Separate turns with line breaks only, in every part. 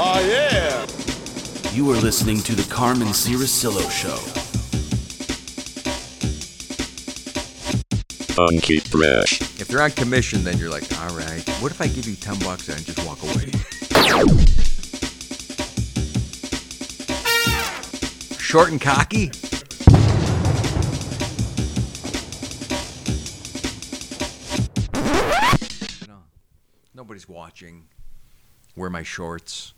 Oh, yeah.
You are listening to the Carmen Cirisillo Show.
Funky Fresh.
If they're on commission, then you're like, all right, what if I give you 10 bucks and I just walk away? Short and cocky? No. Nobody's watching. Wear my shorts.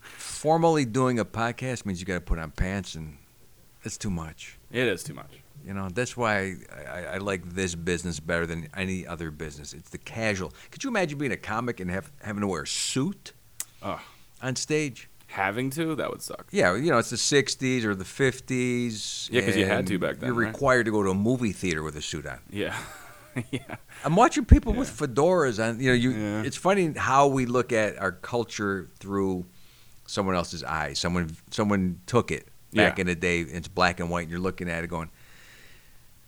Formally doing a podcast means you got to put on pants, and that's too much.
It is too much.
You know, that's why I, I, I like this business better than any other business. It's the casual. Could you imagine being a comic and have, having to wear a suit
Ugh.
on stage?
Having to, that would suck.
Yeah, you know, it's the 60s or the 50s.
Yeah, 'cause you had
and
to back then,
You're
right?
required to go to a movie theater with a suit on.
Yeah. yeah.
I'm watching people with fedoras on. You know, you.
Yeah.
It's funny how we look at our culture through someone else's eyes. Someone, someone took it back
Yeah.
in the day. It's black and white. And you're looking at it, going,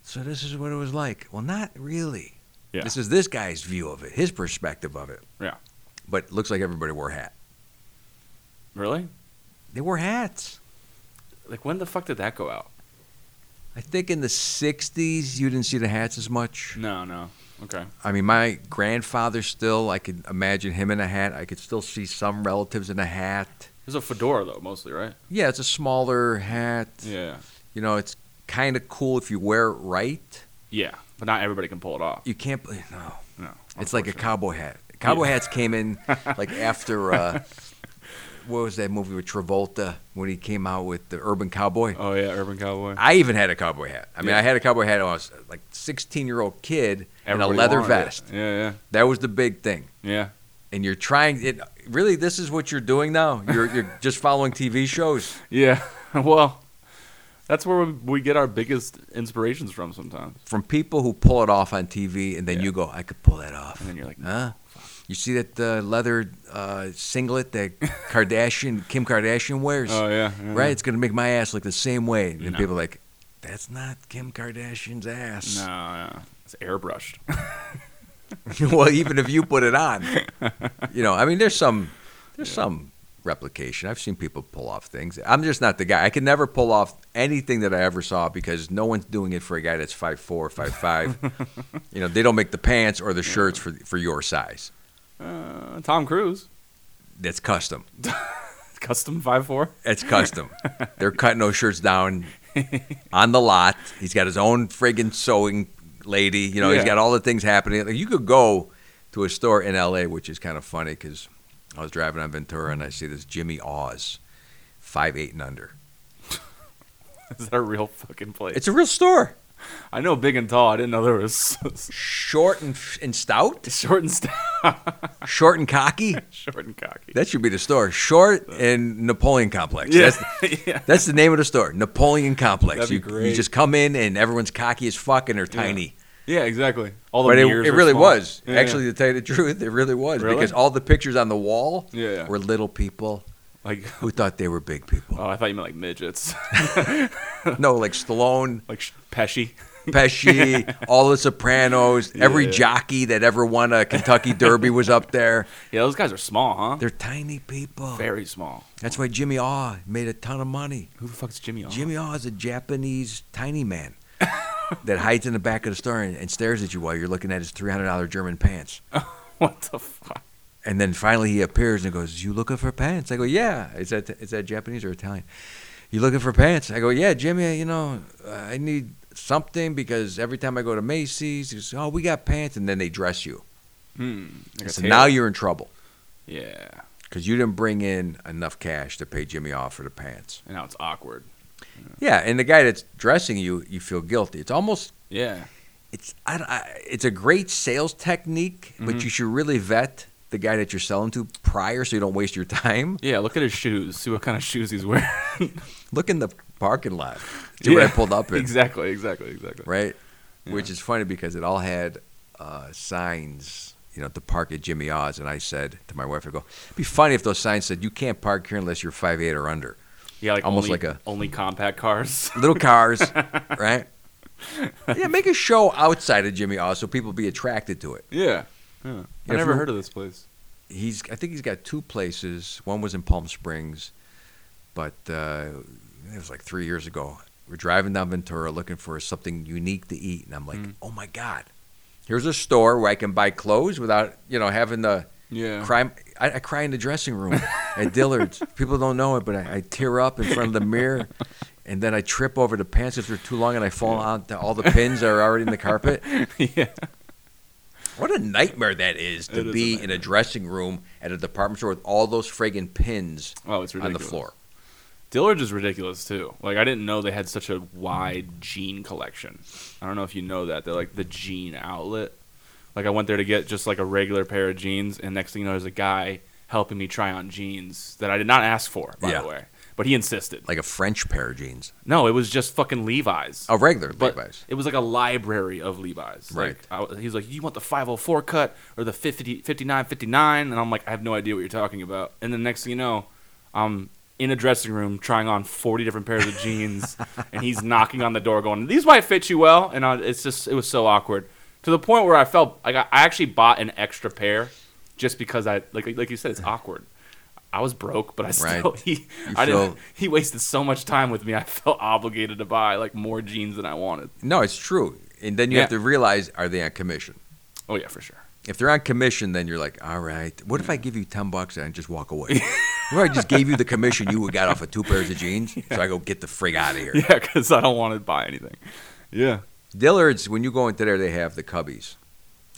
"So this is what it was like." Well, not really.
Yeah.
This is this guy's view of it, his perspective of it.
Yeah.
But it looks like everybody wore a hat.
Really?
They wore hats.
Like, when the fuck did that go out?
I think in the '60s, you didn't see the hats as much.
No, no. Okay.
I mean, my grandfather still. I could imagine him in a hat. I could still see some relatives in a hat.
There's a fedora, though, mostly, right?
Yeah, it's a smaller hat.
Yeah.
You know, it's kind of cool if you wear it right.
Yeah. But not everybody can pull it off.
You can't believe no.
No.
It's like a
unfortunately.
cowboy hat. Cowboy hats came in like after uh, what was that movie with Travolta when he came out with the Urban Cowboy.
Oh, yeah, Urban Cowboy.
I even had a cowboy hat. I mean,
Yeah.
I had a cowboy hat when I was like 16 year old kid and a
Everybody
leather
wanted it.
vest.
Yeah,
That was the big thing.
yeah. Yeah.
And you're trying it. Really, this is what you're doing now. You're you're just following TV shows.
Yeah. Well, that's where we- we get our biggest inspirations from sometimes.
from people who pull it off on TV, and then
Yeah.
you go, I could pull that off.
And then you're like,
huh? You see that uh, leather uh, singlet that Kardashian, Kim Kardashian wears,
Oh, yeah. yeah.
right? It's gonna make my ass look the same way. And then
No.
people are like, that's not Kim Kardashian's ass.
No, no. It's airbrushed.
well, even if you put it on, you know, I mean, there's some, there's some replication. I've seen people pull off things. I'm just not the guy. I can never pull off anything that I ever saw because no one's doing it for a guy that's five four, five five. you know, they don't make the pants or the shirts for for your size.
Uh, Tom Cruise.
That's custom.
Custom 5'4.
It's custom. They're cutting those shirts down on the lot. He's got his own friggin' sewing lady. You know, he's
Yeah.
got all the things happening. Like, you could go to a store in LA, which is kind of funny because I was driving on Ventura and I see this Jimmy Oz, five eight and under.
Is that a real fucking place?
It's a real store.
I know big and tall. I didn't know there was
Short and, and stout,
short and stout,
short and cocky.
short and cocky.
That should be the store. Short and Napoleon Complex.
Yeah.
That's,
yeah.
that's the name of the store, Napoleon Complex.
That'd be
you, you
great.
just come in and everyone's cocky as fuck and they're
Yeah.
tiny.
Yeah, exactly. All the
but it,
mirrors
it
are
really
small.
was.
Yeah,
Actually, to tell you the truth, it really was
Really?
because all the pictures on the wall
Yeah, yeah.
were little people
yeah. like
who thought they were big people.
oh, I thought you meant like midgets,
no, like Stallone,
like sh- Pesci.
Pesci, all the Sopranos, every
Yeah.
jockey that ever won a Kentucky Derby was up there.
Yeah, those guys are small, huh?
They're tiny people.
very small.
That's why Jimmy Aw made a ton of money.
Who the fuck's Jimmy? Hoffa?
Jimmy Aw is a Japanese tiny man that hides in the back of the store and, and stares at you while you're looking at his $300 German pants.
What the fuck?
And then finally he appears and goes, "You looking for pants?" I go, "Yeah." Is that is that Japanese or Italian? You looking for pants? I go, "Yeah, Jimmy. You know, I need something because every time I go to Macy's, he goes, oh, we got pants, and then they dress you.
Hmm. Like a
so
tail.
now you're in trouble
yeah,
because you didn't bring in enough cash to pay Jimmy off for the pants.
and now it's awkward.
Yeah, and the guy that's dressing you, you feel guilty. It's almost
Yeah,
it's I, don't- I, it's a great sales technique, but you should really vet the guy that you're selling to prior so you don't waste your time.
yeah. Look at his shoes. See what kind of shoes he's wearing.
look in the parking lot. See what I
Yeah.
pulled up in,
exactly, exactly, exactly.
right? Which is funny because it all had uh, signs, you know, to park at Jimmy Oz. And I said to my wife, I go, it'd be funny if those signs said, you can't park here unless you're 5'8 or under.
Yeah, like
Almost
only,
like a-
only compact cars.
Little cars, right? Yeah, make a show outside of Jimmy Oz so people be attracted to it.
yeah. yeah. I
if
never
you-
heard of this place.
he's I think he's got two places. One was in Palm Springs, but uh, it was like three years ago. We're driving down Ventura looking for something unique to eat, and I'm like,
Mm.
oh my god, here's a store where I can buy clothes without you know having to
Yeah.
cry. I, I cry in the dressing room at Dillard's. People don't know it, but I, I tear up in front of the mirror. And then I trip over the pants if they're too long, and I fall out. to- All the pins are already in the carpet.
yeah.
What a nightmare that is to
It is a
be in a
nightmare.
dressing room at a department store with all those friggin' pins
Oh, it's
on
ridiculous.
the floor.
Dillard's is ridiculous too. Like I didn't know they had such a wide jean collection. I don't know if you know that. They're like the jean outlet. Like I went there to get just like a regular pair of jeans, and next thing you know, there's a guy helping me try on jeans that I did not ask for, by
Yeah.
the way. But he insisted.
Like a French pair of jeans.
No, it was just fucking Levi's.
A regular
But
Levi's.
It was like a library of Levi's.
Right.
Like, I, was- he's like, you want the 504 cut or the 50, 59? And I'm like, I have no idea what you're talking about. And then next thing you know, I'm in a dressing room trying on 40 different pairs of jeans. and he's knocking on the door going, these might fit you well. And I, it's just, it was so awkward to the point where I felt like I, I actually bought an extra pair just because I, like, like you said, it's awkward. I was broke, but I still
Right.
he
You
I
feel-
didn't he wasted so much time with me. I felt obligated to buy like more jeans than I wanted.
No, it's true. And then you
Yeah.
have to realize are they on commission?
Oh yeah, for sure.
If they're on commission, then you're like, all right, what if I give you 10 bucks and I just walk away? Remember, I just gave you the commission you got off of two pairs of jeans, so I go get the frig out of here.
Yeah, because I don't want to buy anything. Yeah.
Dillard's, when you go into there, they have the cubbies,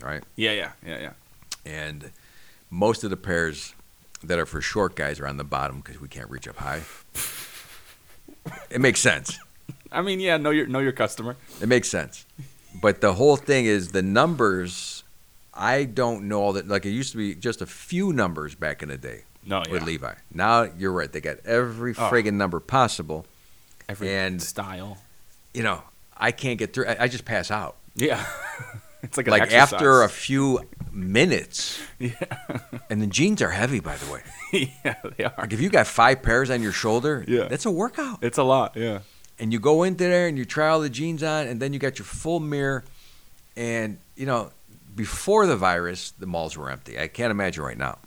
right?
Yeah, yeah, yeah, yeah.
And most of the pairs that are for short guys are on the bottom because we can't reach up high. It makes sense.
I mean, yeah, know your know your customer.
It makes sense. But the whole thing is the numbers. I don't know all that. Like it used to be just a few numbers back in the day
No,
with
Oh, yeah.
Levi. Now you're right. They got every
Oh.
friggin' number possible.
Every
and-
style.
You know, I can't get through. I, I just pass out.
Yeah. it's like an
Like
exercise.
after a few minutes.
Yeah.
And the jeans are heavy, by the way.
yeah, they are.
Like if you got five pairs on your shoulder,
Yeah.
that's a workout.
It's a lot. Yeah.
and you go into there and you try all the jeans on and then you got your full mirror and you know before the virus the malls were empty i can't imagine right now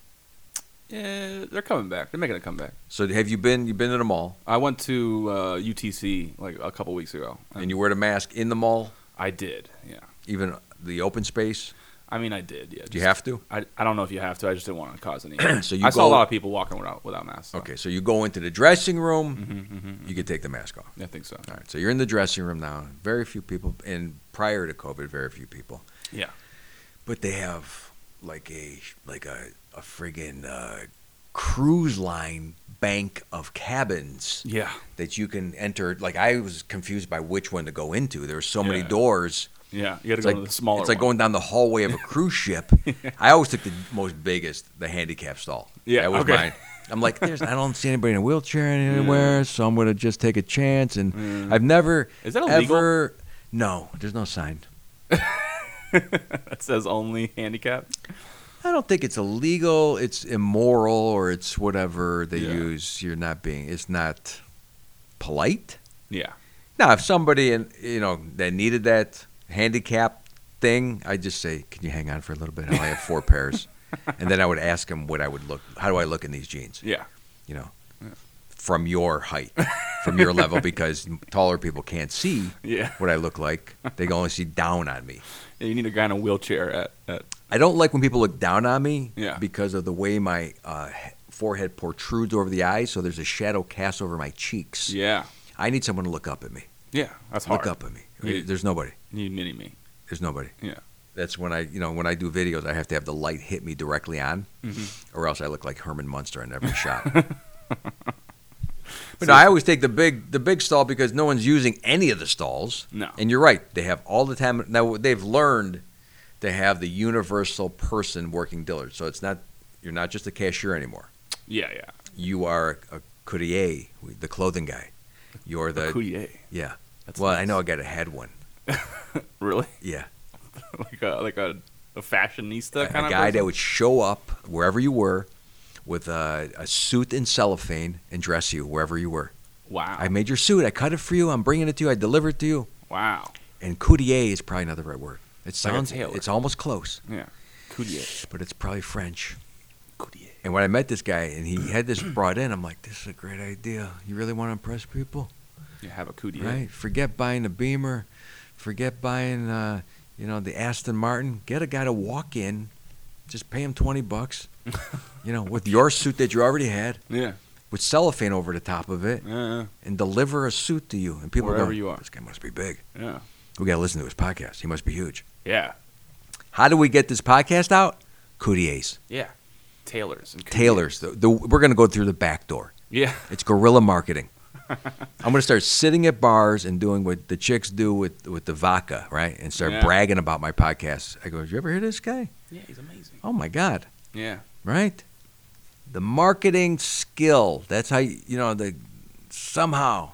Yeah, they're coming back. They're making a comeback.
so have you been you've been to the mall
I went to uh, UTC like a couple weeks ago.
and you wear the mask in the mall
I did. Yeah.
even the open space
I mean, I did. Yeah.
do you
just-
have to
I, I don't know if you have to. I just didn't want to cause any.
So you
I saw
go-
a lot of people walking without without masks. so.
okay so you go into the dressing room
Mhm, mhm.
you can take the mask off
I think so.
Mm-hmm, all right so you're in the dressing room now very few people and prior to covid very few people
Yeah.
but they have like a like a a friggin uh, cruise line bank of cabins
Yeah.
that you can enter. Like I was confused by which one to go into. There were so many
Yeah.
doors.
Yeah. You got to
It's
go
like,
to the smaller.
it's like
one.
going down the hallway of a cruise ship. I always took the most biggest, the handicap stall.
Yeah,
that was
okay.
mine. I'm like, there's, I don't see anybody in a wheelchair anywhere, so I'm gonna just take a chance. And I've never
Mm. Is that illegal?
ever. No, there's no sign.
that says only handicap.
I don't think it's illegal. It's immoral, or it's whatever they
Yeah.
use. You're not being. It's not polite.
Yeah.
Now, if somebody in you know that needed that handicap thing, I just say, "Can you hang on for a little bit? I only have four pairs," and then I would ask him what I would look. How do I look in these jeans?
Yeah.
You know, from your height, from your level, because taller people can't see
Yeah.
what I look like. They can only see down on me.
You need a guy in a wheelchair at, at
I don't like when people look down on me
Yeah.
because of the way my uh, he- forehead protrudes over the eyes, so there's a shadow cast over my cheeks.
Yeah.
I need someone to look up at me.
Yeah. That's hard.
Look up at me.
Yeah.
There's nobody.
You need mini me.
There's nobody.
Yeah.
That's when I, you know, when I do videos, I have to have the light hit me directly on,
Mhm.
or else I look like Herman Munster in every shot. but no, I always take the big, the big stall because no one's using any of the stalls.
No.
And you're right; they have all the time now. They've learned to have the universal person working Dillard, so it's not you're not just a cashier anymore.
Yeah. Yeah.
You are a courier, the clothing guy. You're the
Coutier.
yeah.
That's
well, I
nice.
know I got a head one.
Really?
Yeah.
like a like a, a fashionista
a
kind
a
of
guy that
person?
would show up wherever you were with a, a suit and cellophane and dress you wherever you were.
Wow.
I made your suit. I cut it for you. I'm bringing it to you. I deliver it to you.
wow.
And coutier is probably not the right word. It
Like a
sounds,
tailor.
it's almost close,
Yeah. Coutier.
but it's probably French.
Coutier.
And when I met this guy and he had this brought in, I'm like, this is a great idea. You really want to impress people,
You have a Coutier.
right? Forget buying a Beamer, forget buying, uh, you know, the Aston Martin. Get a guy to walk in, just pay him 20 bucks, you know, with your suit that you already had,
Yeah.
with cellophane over the top of it,
Yeah.
and deliver a suit to you. And people
Wherever
go,
you are.
this guy must be big.
Yeah.
We got to listen to his podcast. He must be huge.
Yeah.
How do we get this podcast out? Coutier's,
Yeah. Tailors and Coutiers.
Taylor's. The, the, we're going to go through the back door.
Yeah.
It's guerrilla marketing. I'm going to start sitting at bars and doing what the chicks do with, with the vodka, right? And start
Yeah.
bragging about my podcast. I go, Did you ever hear this guy?
Yeah, he's amazing.
Oh my God,
Yeah.
right? The marketing skill. That's how, you you know, the somehow.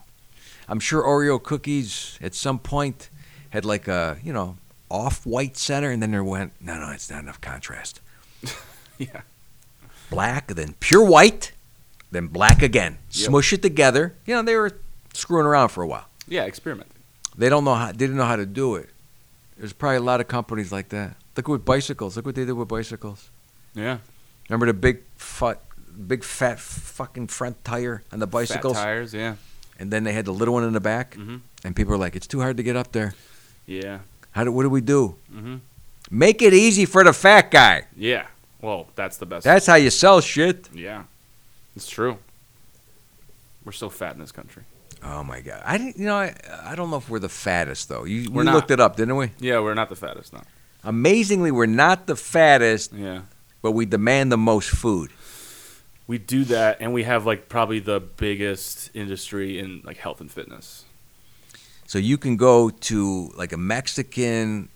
I'm sure Oreo cookies at some point had like a, you know, off white center, and then there went, No, no, it's not enough contrast.
Yeah.
black, then pure white, then black again.
Yep.
Smush it together. You know, they were screwing around for a while.
Yeah, experiment.
They don't know how they didn't know how to do it. There's probably a lot of companies like that. Look with bicycles. Look what they did with bicycles.
Yeah.
Remember the big fat big fat fucking front tire on the bicycles?
Fat tires, yeah.
And then they had the little one in the back
Mhm.
and people were like, It's too hard to get up there.
Yeah.
How do what do we do?
Mhm.
Make it easy for the fat guy.
Yeah. Well, that's the best.
That's how you sell shit.
yeah. It's true. We're so fat in this country.
Oh my god. I didn't you know, I, I don't know if we're the fattest though. You
We're
we
not.
looked it up, didn't we?
Yeah, we're not the fattest, no.
Amazingly, we're not the fattest,
Yeah.
but we demand the most food.
We do that and we have like probably the biggest industry in like health and fitness.
So you can go to like a Mexican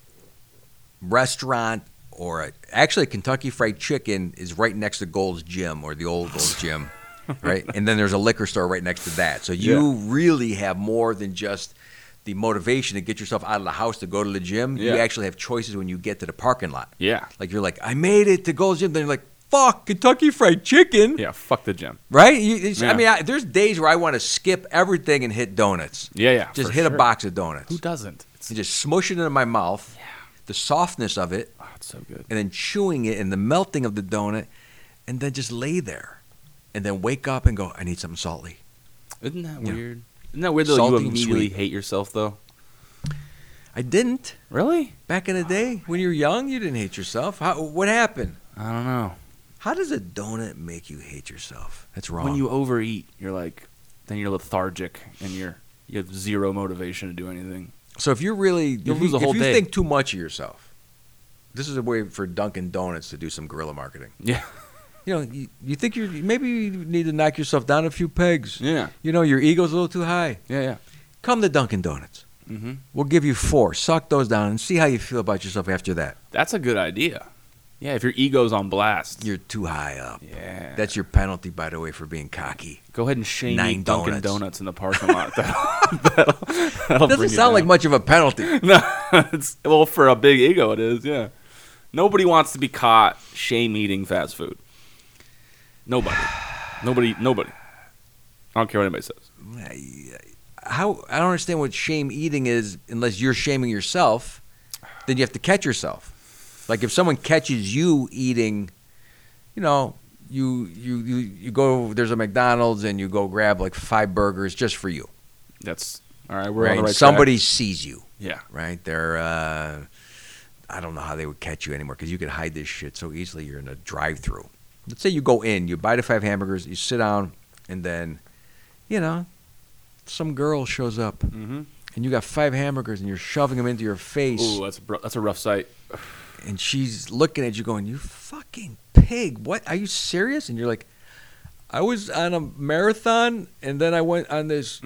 restaurant or a, actually Kentucky Fried Chicken is right next to Gold's Gym or the old Gold's Gym, right? And then there's a liquor store right next to that. So you really have more than just the motivation to get yourself out of the house to go to the gym. You
Yeah.
actually have choices when you get to the parking lot.
Yeah.
Like you're like, I made it to Gold's Gym. Then you're like, fuck Kentucky Fried Chicken.
Yeah, fuck the gym.
Right? You, it's,
Yeah.
I mean, I, there's days where I want to skip everything and hit donuts.
Yeah, yeah.
Just
for
hit a
sure.
box of donuts.
Who doesn't? It's,
and just smush it into my mouth.
Yeah.
The softness of it,
oh, it's so good.
and then chewing it, and the melting of the donut, and then just lay there, and then wake up and go, I need something salty.
Isn't that
Yeah.
weird? Isn't that weird though?
Salty
you
and
immediately
sweet.
hate yourself though.
I didn't
Really?
back in the day when you were young. You didn't hate yourself. How, what happened?
I don't know.
How does a donut make you hate yourself? That's wrong.
When you overeat, you're like, then you're lethargic and you're you have zero motivation to do anything.
So if you're really
You'll
if
lose
you,
a whole
if you
day.
think too much of yourself, this is a way for Dunkin' Donuts to do some guerrilla marketing.
Yeah.
You know, you, you think you're maybe you need to knock yourself down a few pegs.
Yeah.
You know, your ego's a little too high.
Yeah. Yeah.
Come to Dunkin' Donuts.
Mm-hmm.
We'll give you four. Suck those down and see how you feel about yourself after that.
That's a good idea. Yeah. If your ego's on blast.
You're too high up.
yeah.
That's your penalty, by the way, for being cocky.
Go ahead and shame
Nine
me Dunkin' Donuts
donuts.
in the parking lot. That'll, that'll, that'll
Doesn't
bring you
sound like
down.
much of a penalty.
No, it's, well, for a big ego, it is. Yeah, nobody wants to be caught shame eating fast food. Nobody, nobody, nobody. I don't care what anybody says.
How I don't understand what shame eating is unless you're shaming yourself. Then you have to catch yourself. Like if someone catches you eating, you know, you you you, you go there's a McDonald's and you go grab like five burgers just for you.
That's all right. We're on
right?
the right. track.
Somebody sees you.
Yeah.
right? They're uh, I don't know how they would catch you anymore because you could hide this shit so easily. You're in a drive-through. Let's say you go in, you buy the five hamburgers, you sit down, and then, you know, some girl shows up
Mm-hmm.
and you got five hamburgers and you're shoving them into your face,
Ooh, that's a, br- that's a rough sight.
and she's looking at you going, "You fucking pig! What are you serious?" And you're like, "I was on a marathon, and then I went on this."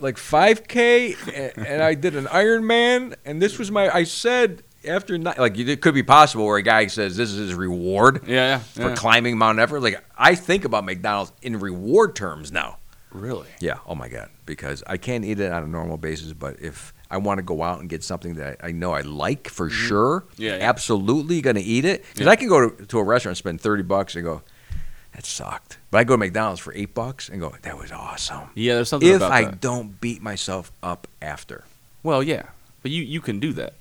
Like 5K, a- and I did an Ironman, and this was my. I said after ni- like it could be possible where a guy says this is his reward
Yeah. Yeah.
for
yeah.
climbing Mount Everest. Like I think about McDonald's in reward terms now.
really?
Yeah. Oh my God. Because I can't eat it on a normal basis, but if I want to go out and get something that I I know I like for sure,
Mm-hmm. Yeah, yeah.
absolutely going to eat it. Because
Yeah.
I can go to, to a restaurant, and spend thirty bucks, and go, that sucked. But I go to McDonald's for eight bucks and go, that was awesome.
Yeah. There's something
If
about
I
that.
don't beat myself up after,
Well, yeah, but you you can do that.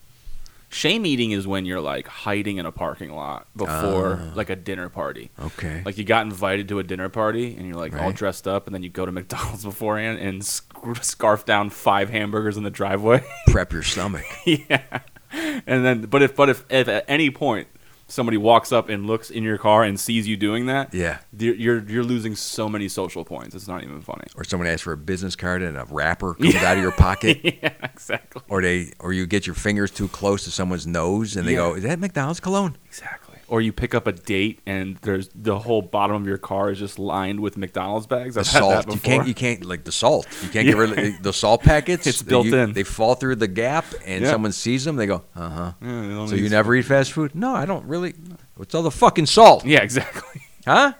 Shame eating is when you're like hiding in a parking lot before like a dinner party.
Okay.
Like you got invited to a dinner party and you're like all
Right.
dressed up, and then you go to McDonald's beforehand and sc- scarf down five hamburgers in the driveway.
prep your stomach.
yeah. And then, but if but if, if at any point somebody walks up and looks in your car and sees you doing that,
Yeah.
you're you're, you're losing so many social points. It's not even funny.
Or someone asks for a business card and a wrapper comes out of your pocket.
yeah, exactly.
Or they, or you get your fingers too close to someone's nose, and they
Yeah.
go, "Is that McDonald's cologne?"
Exactly. Or you pick up a date and there's the whole bottom of your car is just lined with McDonald's bags.
The
I've had that
salt. You
before.
can't. You can't like the salt. You can't get rid of the salt packets.
It's
they-
built
you-
in.
They fall through the gap, and
Yeah. Oh,
someone sees them. They go, "Uh huh."
Yeah, they don't
So you
need-
never eat fast food? No, I don't really. It's all the fucking salt,
Yeah, exactly.
huh?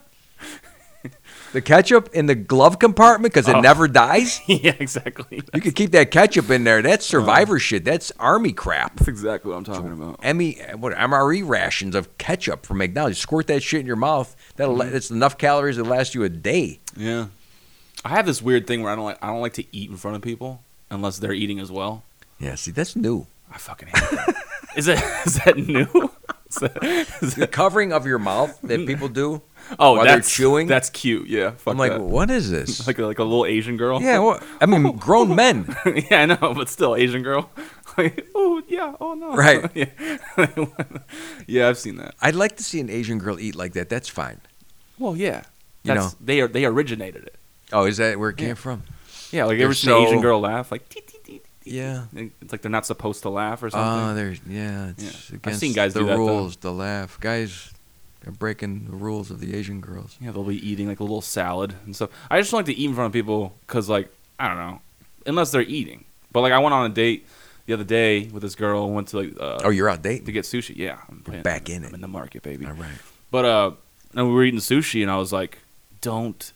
the ketchup in the glove compartment because it
Oh.
never dies.
yeah, exactly.
You could keep that ketchup in there. That's survivor shit. That's army crap.
That's exactly what I'm talking about.
Emmy, what MRE rations of ketchup from McDonald's. Squirt that shit in your mouth. That'll. la- It's enough calories that last you a day.
Yeah. I have this weird thing where I don't like I don't like to eat in front of people unless they're eating as well.
Yeah. See, that's new.
I fucking hate that. is that is that new? Is that, is
the
that,
covering of your mouth that people do
oh,
while they're
that's
chewing.
That's cute. Yeah. Fuck
I'm like,
that.
what is this?
like a, like a little Asian girl.
yeah, well, I mean, grown men.
yeah, I know, but still Asian girl. like, oh yeah, oh no.
Right.
yeah. yeah, I've seen that.
I'd like to see an Asian girl eat like that. That's fine.
Well, yeah.
You
That's, they are they originated it.
Oh, is that where it came from?
Yeah, like you ever
They're
seen an Asian
so-
girl laugh? Like "Tee, tee, tee, tee,
Yeah.
tee." it's like they're not supposed to laugh or
Oh,
something.
there's yeah. It's
Yeah. I've
against
seen guys
the
do that, though.
rules. The laugh, guys are breaking the rules of the Asian girls.
yeah, they'll be eating like a little salad and stuff. I just don't like to eat in front of people because like I don't know, unless they're eating. But like I went on a date the other day with this girl. Went to like uh,
Oh, you're out
to
dating.
get sushi. Yeah, I'm planning-
back in
I'm
it.
in the market, baby.
All right.
But uh, and we were eating sushi, and I was like, "Don't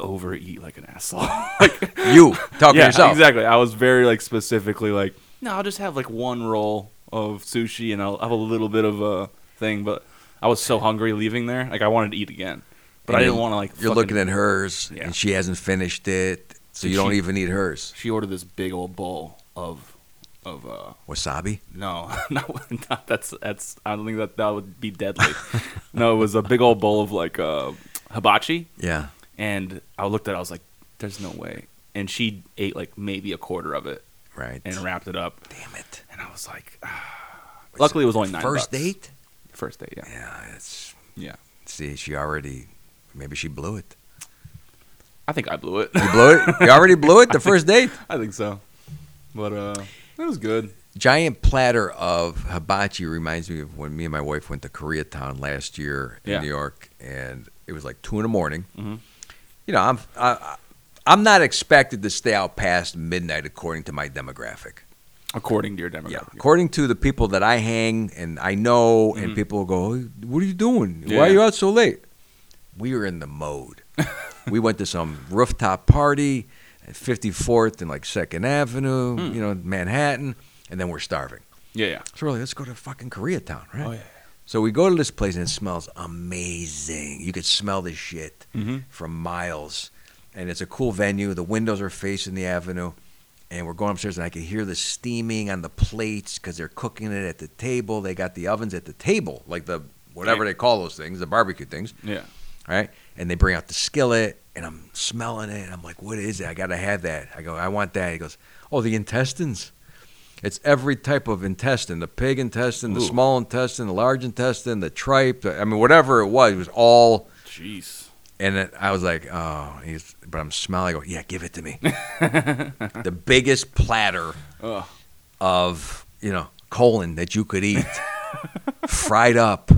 overeat like an asshole." like,
You talking to yourself?
exactly. I was very like specifically like, "No, I'll just have like one roll of sushi, and I'll have a little bit of a thing." But I was so hungry leaving there, like I wanted to eat again, but I
And
didn't
then
want to like.
You're
fucking-
looking at hers,
Yeah.
and she hasn't finished it, so you
She-
don't even eat hers.
She ordered this big old bowl of of uh
Wasabi.
No, not, not that's that's. I don't think that that would be deadly. no, it was a big old bowl of like uh, hibachi,
Yeah.
and I looked at. it, I was like, "There's no way." And she ate like maybe a quarter of it
Right.
and wrapped it up,
Damn it.
and I was like, ah. "Luckily, it was only nine
First
bucks.
date.
First date, yeah,
Yeah, it's
yeah.
see, she already maybe she blew it.
I think I blew it.
You blew it. You already blew it the first date.
I think so, but uh, it was good.
Giant platter of hibachi reminds me of when me and my wife went to Koreatown last year in
Yeah.
New York, and it was like two in the morning.
Mhm.
You know, I'm I, I- I'm not expected to stay out past midnight according to my demographic.
According to your
Yeah,
demographic,
according to the people that I hang and I know, and
Mhm.
people will go, "Hey, "What are you doing?
Yeah.
Why are you out so late?" We were in the mode. we went to some rooftop party at 54th and like Second Avenue,
Hmm.
you know, Manhattan, and then we're starving.
yeah, yeah.
So we're like, "Let's go to fucking Koreatown, right?"
Oh, yeah.
So we go to this place and it smells amazing. You could smell this shit
Mhm.
from miles. And it's a cool venue. The windows are facing the avenue. And we're going upstairs and I could hear the steaming on the plates because they're cooking it at the table. They got the ovens at the table, like the whatever
Right.
they call those things, the barbecue things,
yeah.
right? And they bring out the skillet and I'm smelling it. And I'm like, what is it? I got to have that. I go, I want that. He goes, oh, the intestines. It's every type of intestine the pig intestine, the
Ooh.
small intestine, the large intestine, the tripe. The, I mean, whatever it was, it was all.
Jeez.
And it, I was like, oh, he's, but I'm smelling. I go, yeah, give it to me. the biggest platter
Ugh.
of, you know, colon that you could eat, fried up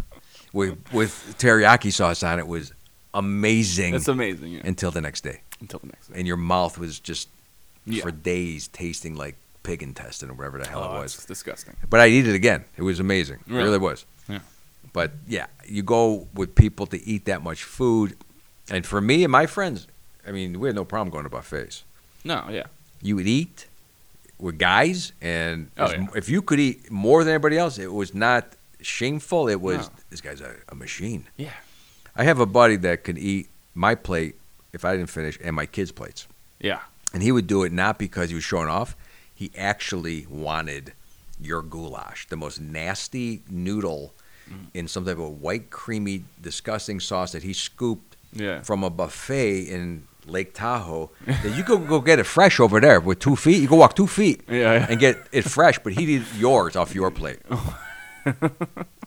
with, with teriyaki sauce on it was amazing
That's amazing. Yeah.
until the next day.
Until the next day.
And your mouth was just
Yeah.
for days tasting like pig intestine or whatever the hell
oh,
it
it's
was.
disgusting.
But I eat it again. It was amazing. It
Really?
really was.
Yeah.
But yeah, you go with people to eat that much food. And for me and my friends, I mean, we had no problem going to buffets.
No, yeah.
You would eat with guys, and
Oh,
as-
yeah.
if you could eat more than anybody else, it was not shameful. It was,
No.
this guy's a, a machine.
Yeah.
I have a buddy that could eat my plate if I didn't finish and my kids' plates.
Yeah.
And he would do it not because he was showing off, he actually wanted your goulash, the most nasty noodle
Mm-hmm.
in some type of white, creamy, disgusting sauce that he scooped
Yeah.
from a buffet in Lake Tahoe. that you could go get it fresh over there with two feet. You go walk two feet
Yeah, yeah.
and get it fresh, but he did yours off your plate.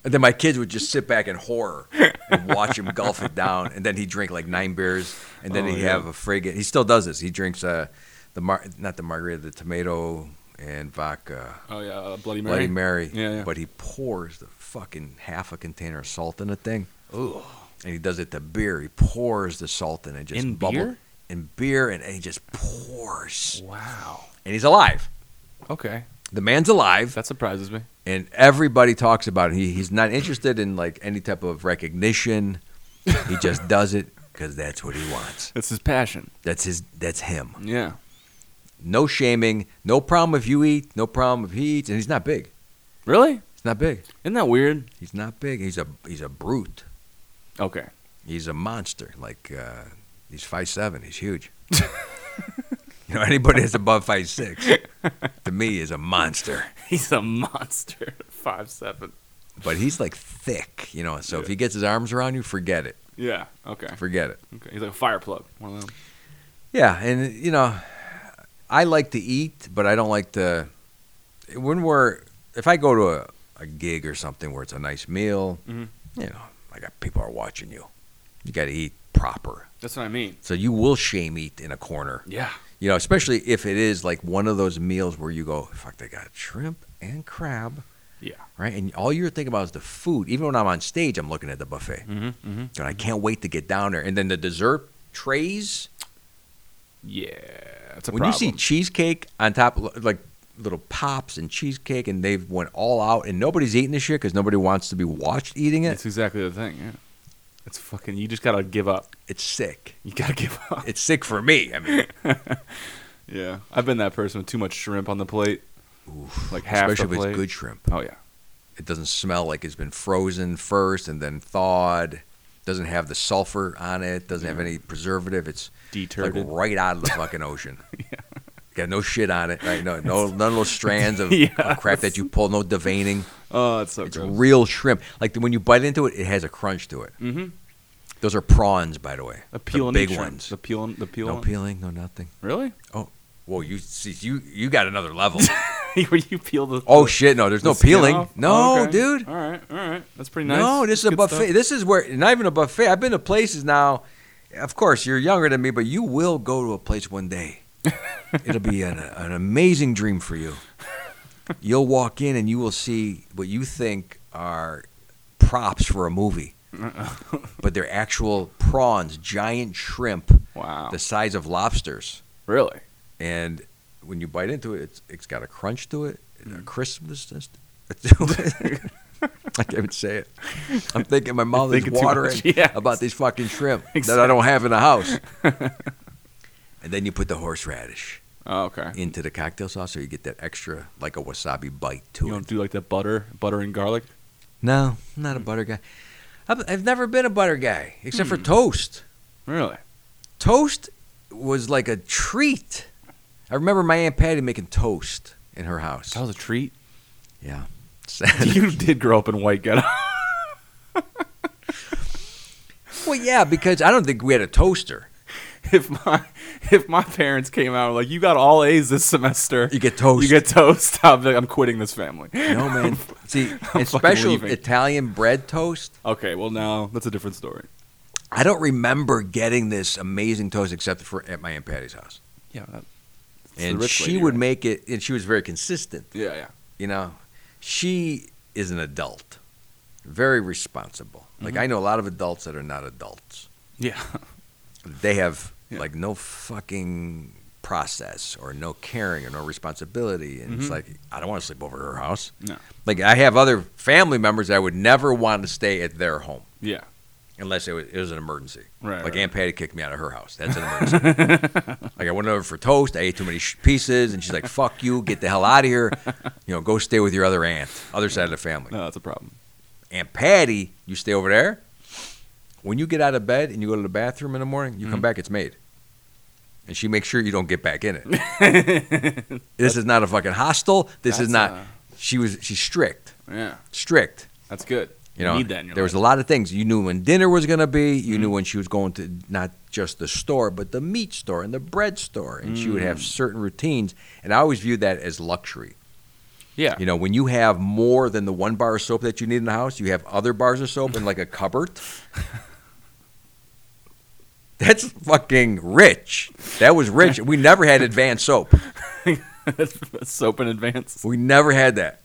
And then my kids would just sit back in horror and watch him gulp it down. And then he'd drink like nine beers. And then
Oh,
he'd
yeah.
have a friggin'. He still does this. He drinks uh, the mar- not the margarita, the tomato and vodka
Oh yeah, uh, Bloody Mary.
Bloody Mary.
Yeah, yeah.
But he pours the fucking half a container of salt in the thing. Ooh. And he does it to beer. He pours the salt in and just
In
bubble
beer?
in beer, and, and he just pours.
Wow.
And he's alive.
Okay,
The man's alive
that surprises me.
and everybody talks about it. He, he's not interested in like any type of recognition. He just does it because that's what he wants.
That's his passion.
That's his. That's him.
Yeah.
No shaming. No problem if you eat. No problem if he eats. And he's not big.
Really?
He's not big.
Isn't that weird?
He's not big. He's a he's a brute.
Okay.
He's a monster. Like uh, he's five seven. He's huge. you know anybody that's above five six to me is a monster.
He's a monster. Five seven.
But he's like thick. You know. So if he gets his arms around you, forget it.
Yeah. Okay.
Forget it.
Okay. He's like a fire plug. One of them.
Yeah, and you know, I like to eat, but I don't like to. When we're if I go to a, a gig or something where it's a nice meal,
Mhm.
you know, I got people are watching you. You got to eat proper,
That's what I mean.
so you will shame eat in a corner.
Yeah.
You know, especially if it is like one of those meals where you go, "Fuck, they got shrimp and crab."
Yeah.
Right, and all you're thinking about is the food. Even when I'm on stage, I'm looking at the buffet,
Mm-hmm. Mm-hmm.
and I can't wait to get down there. And then the dessert trays.
Yeah. That's a
when
problem.
you see cheesecake on top of like little pops and cheesecake and they've went all out and nobody's eating this shit because nobody wants to be watched eating it
That's exactly the thing. Yeah. It's fucking. You just gotta give up.
it's sick
You gotta give up.
it's sick for me i mean
Yeah, I've been that person with too much shrimp on the plate. Like half
especially
the
if
plate.
it's good shrimp
Oh yeah,
it doesn't smell like it's been frozen first and then thawed doesn't have the sulfur on it doesn't have any preservative it's it's like
deterred.
right out of the fucking ocean got no shit on it right no no none of those strands of,
Yeah.
of crap that you pull no deveining
oh, it's so
It's
gross.
real shrimp. Like when you bite into it, it has a crunch to it.
Mhm.
Those are prawns, by the way.
the peel
the
and
big
shrimp.
ones.
The peel and the peel.
no
and-
peeling, no nothing.
Really?
Whoa, you see, you you got another level.
Where you peel the?
oh
the
shit, no, there's no
skin
peeling.
off?
No,
Oh, okay.
dude.
All right, all right. That's pretty nice.
No, this is
That's
a
good
buffet.
stuff.
This is where not even a buffet. I've been to places now. Of course, you're younger than me, but you will go to a place one day. It'll be an, an amazing dream for you. You'll walk in and you will see what you think are props for a movie, but they're actual prawns, giant shrimp,
Wow.
the size of lobsters.
really?
And when you bite into it, it's, it's got a crunch to it,
Mm.
a crispness to it. I can't even say it. I'm thinking my mouth is
Thinking too much,
watering
yeah.
about these fucking shrimp that I don't have in the house. and then you put the horseradish
Oh, okay.
into the cocktail sauce, so you get that extra, like a wasabi bite to
You
it.
don't Mm. do like the butter, butter and garlic.
no, I'm not a butter guy. I've, I've never been a butter guy except
Hmm.
for toast.
Really?
Toast was like a treat. I remember my aunt Patty making toast in her house.
That was a treat.
Yeah.
you did grow up in white ghetto.
well, yeah, because I don't think we had a toaster.
if my if my parents came out and were like, you got all A's this semester,
You get toast.
You get toast. I'm like, I'm quitting this family.
no man. See,
I'm
and
fucking
special
leaving.
Italian bread toast.
Okay, well now that's a different story.
I don't remember getting this amazing toast except for at my aunt Patty's house,
Yeah, that, it's the
and
rich
she
lady,
would
right?
make it, and she was very consistent.
Yeah, yeah.
You know, she is an adult, very responsible.
Mm-hmm.
Like I know a lot of adults that are not adults.
Yeah.
They have
Yeah.
like no fucking process or no caring or no responsibility, and it's
Mhm.
like I don't want to sleep over at her house.
No.
Like I have other family members that I would never want to stay at their home
Yeah.
unless it was, it was an emergency.
Right,
Like
right.
Aunt Patty kicked me out of her house. That's an emergency. like I went over for toast. I ate too many sh- pieces, and she's like, "Fuck you, get the hell out of here. You know, go stay with your other aunt, other side of the family."
No, that's a problem.
Aunt Patty, you stay over there. When you get out of bed and you go to the bathroom in the morning, you
Mm-hmm.
come back, it's made. And she makes sure you don't get back in it. this is not a fucking hostel. This is
That's uh,
not.
a-
she was she's strict,
Yeah,
strict.
that's good.
You know,
need that. In your
there was
life. Mm-hmm.
a lot of things you knew when dinner was going to be. You knew when she was going to not just the store, but the meat store and the bread store, and she would
Mm.
have certain routines. And I always viewed that as luxury.
yeah.
You know, when you have more than the one bar of soap that you need in the house, you have other bars of soap in like a cupboard. That's fucking rich. That was rich. We never had advanced soap.
soap in advance.
We never had that.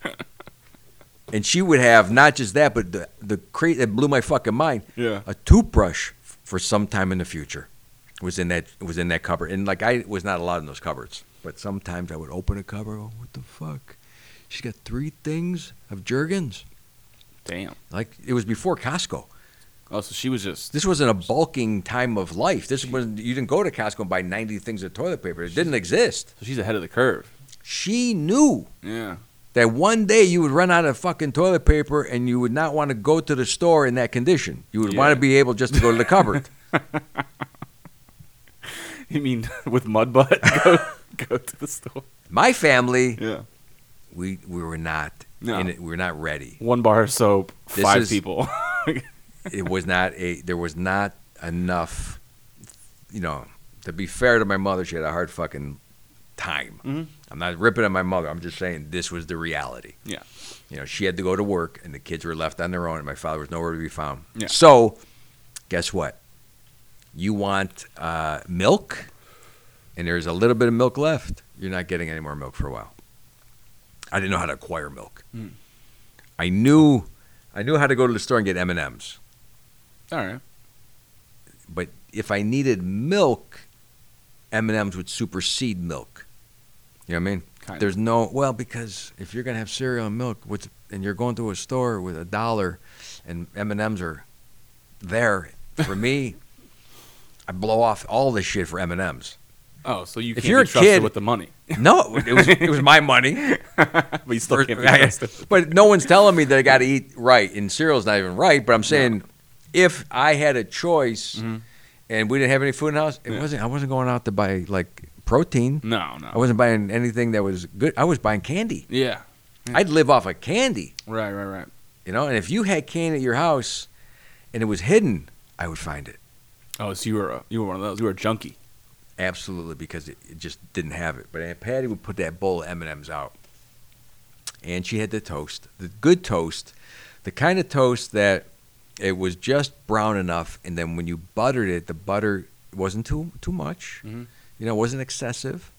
And she would have not just that, but the the crate that blew my fucking mind.
Yeah.
a toothbrush f- for some time in the future was in that was in that cupboard. And like I was not allowed in those cupboards, but sometimes I would open a cupboard. Oh, what the fuck? She's got three things of Jergens.
Damn.
Like it was before Costco.
Oh, so she was just
This wasn't a bulking time of life. This was you didn't go to Costco and buy ninety things of toilet paper. It didn't exist.
so she's ahead of the curve.
She knew
Yeah.
that one day you would run out of fucking toilet paper and you would not want to go to the store in that condition. You would want
Yeah.
to be able just to go to the cupboard.
You mean with mud butt? go, go to the store.
My family,
Yeah.
we we were not
No.
in it, we were not ready.
One bar of soap,
This
five
is-
people.
It was not a there was not enough you know, to be fair to my mother, she had a hard fucking time.
Mhm.
I'm not ripping at my mother. I'm just saying this was the reality.
Yeah.
You know, she had to go to work and the kids were left on their own and my father was nowhere to be found.
Yeah.
So, guess what? You want uh, milk and there's a little bit of milk left. You're not getting any more milk for a while. I didn't know how to acquire milk.
Mm.
I knew I knew how to go to the store and get M&Ms,
All right.
but if I needed milk, M&Ms would supersede milk. You know what I mean?
Kind
There's no well because if you're gonna have cereal and milk, what's and you're going to a store with a dollar, and M and M's are there for me. I blow off all this shit for M and M's.
Oh, so you
If
can't
you're a
be trusted
kid-
with the money,
No, it was it was my money,
but you still can't be trusted.
but no one's telling me that I got to eat right, and cereal's not even right. But I'm saying, if I had a choice, and we didn't have any food in the house, it
Mm-hmm. Yeah. Mm.
wasn't. I wasn't going out to buy like protein.
No,
I
no.
wasn't buying anything that was good. I was buying candy.
Yeah.
I'd live off of candy.
Right. Right. Right.
You know, and if you had cane at your house and it was hidden, I would find it.
Oh, so you were a, you were one of those. You were a junkie.
Absolutely, because it, it just didn't have it. But Aunt Patty would put that bowl of M&M's out. And she had the toast, the good toast, the kind of toast that it was just brown enough and then when you buttered it, the butter wasn't too too much.
Mhm.
You know, it wasn't excessive.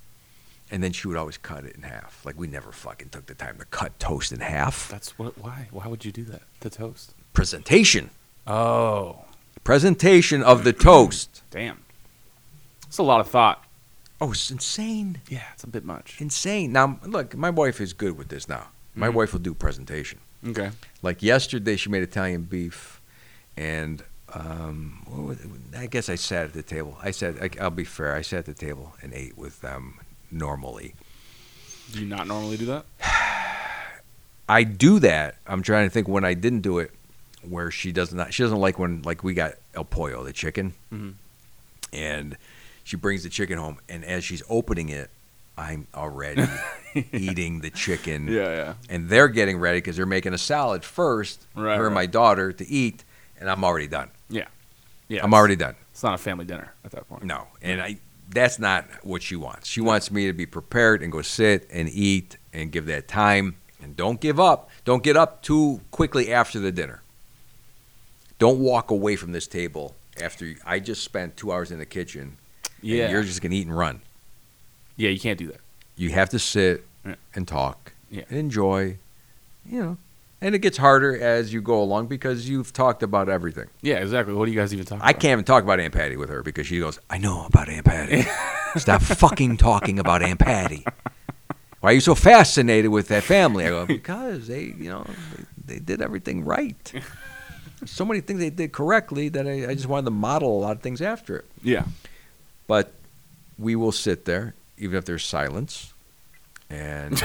And then she would always cut it in half. Like we never fucking took the time to cut toast in half.
That's what. Why? Why would you do that? The toast.
Presentation.
Oh,
Presentation of the toast.
damn. It's a lot of thought.
Oh, it's insane.
Yeah, it's a bit much.
Insane. Now, look, my wife is good with this now. My
Mhm.
wife will do presentation.
Okay.
Like yesterday, she made Italian beef, and um, what was it? I guess I sat at the table. I said, I, I'll be fair, I sat at the table and ate with them normally.
Do you not normally do that?
I do that. I'm trying to think when I didn't do it, where she does not. She doesn't like when like we got el pollo, the chicken,
Mhm.
and she brings the chicken home, and as she's opening it, I'm already eating the chicken.
Yeah.
and they're getting ready because they're making a salad first,
Right,
her
right.
and my daughter to eat, and I'm already done.
Yeah.
I'm already done.
It's not a family dinner at that point.
No, and I that's not what she wants. She wants me to be prepared and go sit and eat and give that time and don't give up. Don't get up too quickly after the dinner. Don't walk away from this table after you, I just spent 2 hours in the kitchen
Yeah.
and you're just going to eat and run.
yeah. You can't do that.
You have to sit
Yeah.
and talk
Yeah.
and enjoy, you know. And it gets harder as you go along because you've talked about everything.
Yeah. Exactly. What are you guys even talking?
I
about?
can't even talk about Aunt Patty with her because she goes, I know about Aunt Patty. Stop fucking talking about Aunt Patty. Why are you so fascinated with that family? I go, because they, you know, they, they did everything right. So many things they did correctly that I, I just wanted to model a lot of things after it.
Yeah.
But we will sit there, even if there's silence. And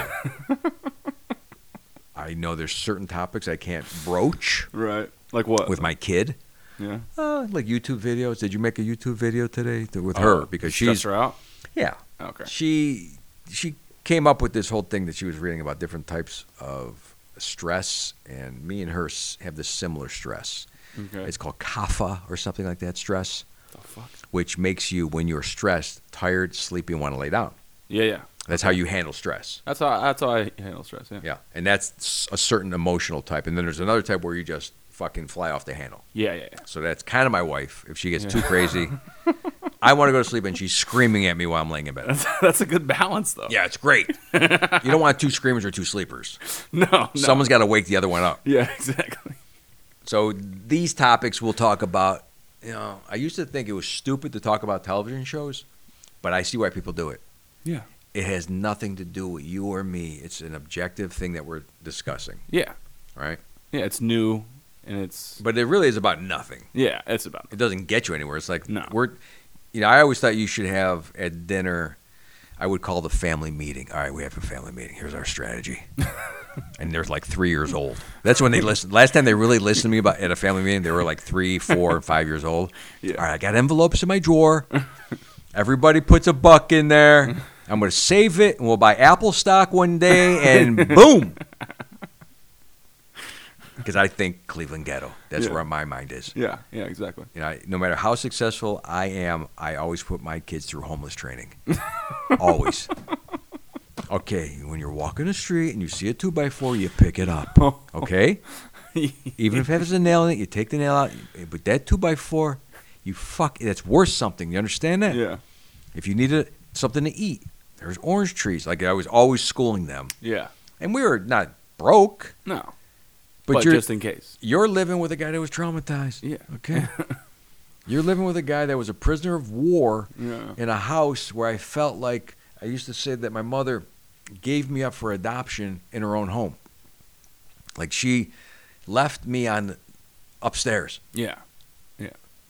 I know there's certain topics I can't broach
Right. Like what?
with my kid.
yeah.
Uh, like YouTube videos. Did you make a
Oh,
YouTube video today to, with her? Because
Stress
she's
her out.
yeah,
Okay.
she she came up with this whole thing that she was reading about different types of stress, and me and her s- have this similar stress.
Okay.
It's called kapha or something like that stress,
the fuck?
which makes you, when you're stressed, tired, sleepy, and want to lay down.
Yeah, yeah.
That's how you handle stress.
That's how that's how I handle stress. Yeah.
Yeah, and that's s- a certain emotional type, and then there's another type where you just fucking fly off the handle.
Yeah, yeah, yeah.
So that's kind of my wife. If she gets too crazy, I want to go to sleep, and she's screaming at me while I'm laying in bed.
That's, that's a good balance though.
Yeah, it's great. you don't want two screamers or two sleepers.
No. no.
Someone's got to wake the other one up.
Yeah, exactly.
So these topics we'll talk about. You know, I used to think it was stupid to talk about television shows, but I see why people do it.
Yeah.
It has nothing to do with you or me. It's an objective thing that we're discussing,
Yeah.
right?
Yeah, it's new and it's
But it really is about nothing.
yeah, it's about
it doesn't get you anywhere. It's like
No.
we're, you know, I always thought you should have at dinner. I would call the family meeting. All right, we have a family meeting. Here's our strategy. and they're like three years old. That's when they listened. Last time they really listened to me about at a family meeting, they were like three, four, and five years old.
Yeah.
All right, I got envelopes in my drawer. Everybody puts a buck in there. I'm going to save it, and we'll buy Apple stock one day, and boom. Because I think Cleveland ghetto. That's
Yeah.
where my mind is.
Yeah, yeah, exactly.
You know, I- no matter how successful I am, I always put my kids through homeless training. always. Okay, when you're walking the street and you see a two by four, you pick it up.
Oh.
Okay? Even if it has a nail in it, you take the nail out. But that two by four, you fuck, that's worth something. You understand that?
Yeah.
If you need a, something to eat, there's orange trees. Like I was always schooling them.
Yeah.
And we were not broke,
No.
but,
But,
you're,
just in case.
you're living with a guy that was traumatized.
Yeah.
Okay. You're living with a guy that was a prisoner of war
Yeah.
in a house where I felt like I used to say that my mother gave me up for adoption in her own home. Like she left me on upstairs.
Yeah.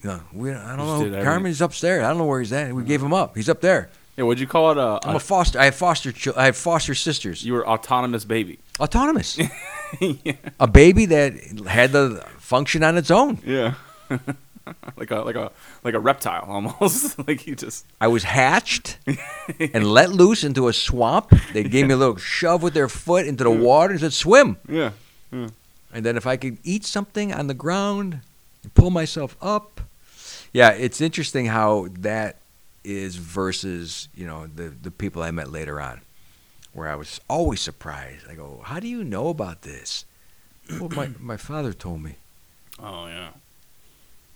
You know, we, I
Just did
don't know.
everything.
Carmen's upstairs. I don't know where he's at. We gave him up. He's up there.
Yeah, what'd you call it? Uh,
I'm a foster. I have foster. Ch- I have foster sisters.
you were autonomous baby.
Autonomous. A baby that had to function on its own.
Yeah. like a like a like a reptile almost. like you just
I was hatched and let loose into a swamp. They gave me a little shove with their foot into the water and said, swim.
Yeah.
And then if I could eat something on the ground and pull myself up. Yeah, it's interesting how that is versus, you know, the, the people I met later on, where I was always surprised. I go, how do you know about this? Well, my, my father told me.
Oh yeah.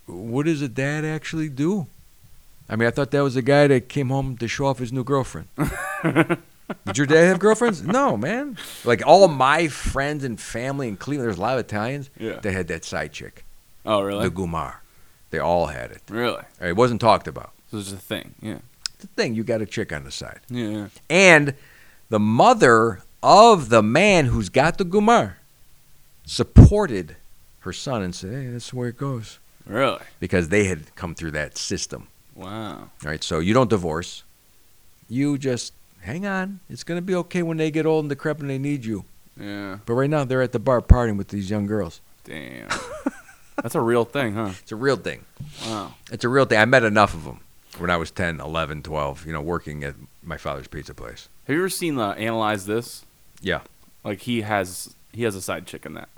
What does a dad actually do? I mean, I thought that was the guy that came home to show off his new girlfriend. Did your dad have girlfriends? No, man. Like all my friends and family in Cleveland, there's a lot of Italians.
Yeah.
They had that side chick,
Oh really?
the Gumar. They all had it.
really?
It wasn't talked about.
So it's just a thing. Yeah.
The thing, you got a chick on the side,
Yeah. yeah.
and the mother of the man who's got the Gumar supported her son and said, "Hey, that's where it goes,"
Really?
because they had come through that system.
Wow.
All right, so you don't divorce. You just hang on. It's going to be okay when they get old and decrepit and they need you.
Yeah.
But right now, they're at the bar partying with these young girls.
Damn. That's a real thing, huh?
It's a real thing.
Wow.
It's a real thing. I met enough of them when I was 10, 11, 12, you know, working at my father's pizza place.
Have you ever seen uh, Analyze This?
Yeah.
Like he has he has a side chick in that.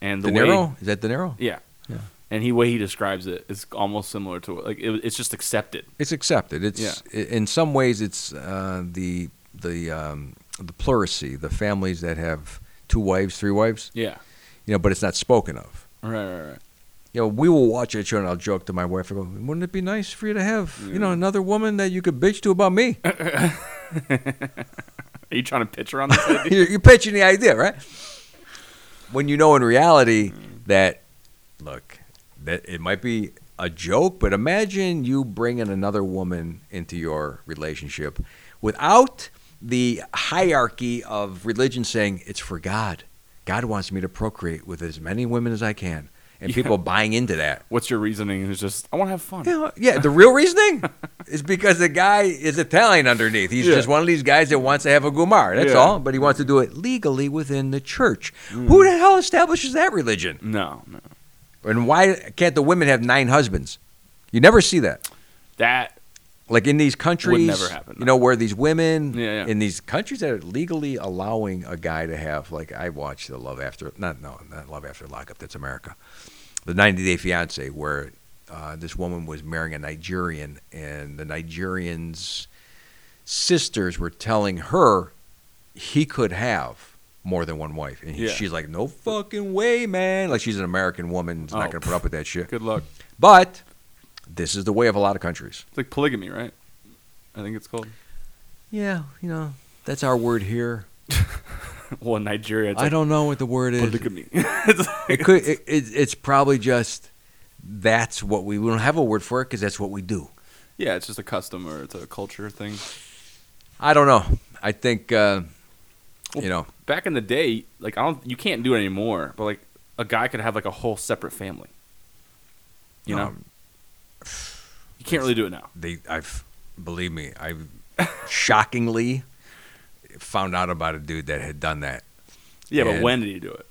And the
De
way
Niro? Is that De Niro?
Yeah.
Yeah.
And he way he describes it is almost similar to like it, it's just accepted.
It's accepted. It's i- In some ways, it's uh, the, the, um, the pleurisy, the families that have two wives, three wives,
Yeah.
you know, but it's not spoken of.
Right, right, right.
you know, we will watch that show, and I'll joke to my wife, I go, wouldn't it be nice for you to have, you know, another woman that you could bitch to about me?
Are you trying to pitch her on this idea?
you're, you're pitching the idea, right? When you know in reality that, look, that it might be a joke, but imagine you bringing another woman into your relationship without the hierarchy of religion saying it's for God. God wants me to procreate with as many women as I can, and people buying into that.
What's your reasoning? It's just I want to have fun.
Yeah, yeah. The real reasoning is because the guy is Italian underneath. He's
Yeah.
just one of these guys that wants to have a gumar. That's
Yeah. Mm.
all. But he wants to do it legally within the church. Who the hell establishes that religion?
No, no.
And why can't the women have nine husbands? You never see that.
That
Like in these countries,
never happen,
you know, where these women
Yeah, yeah.
in these countries that are legally allowing a guy to have, like, I watched the Love After, not no, not Love After Lockup, that's America, the 90 Day Fiance, where uh, this woman was marrying a Nigerian, and the Nigerian's sisters were telling her he could have more than one wife, and he-
Yeah.
she's like, "No fucking way, man!" Like she's an American woman, is
Oh,
not going to put up with that shit.
Good luck.
But this is the way of a lot of countries.
It's like polygamy, right? I think it's called.
Yeah, you know, that's our word here.
Well, in Nigeria, it's
I
like
don't know what the word is.
polygamy. It's
It could. It, it, it's probably just that's what we, we don't have a word for it because that's what we do.
Yeah, it's just a custom or it's a culture thing.
I don't know. I think uh, you know.
Back in the day, like I don't, you can't do it anymore. But like a guy could have like a whole separate family. You know,
um,
you can't really do it now.
they. I've believe me. I've shockingly found out about a dude that had done that.
Yeah, but
and-
when did you do it?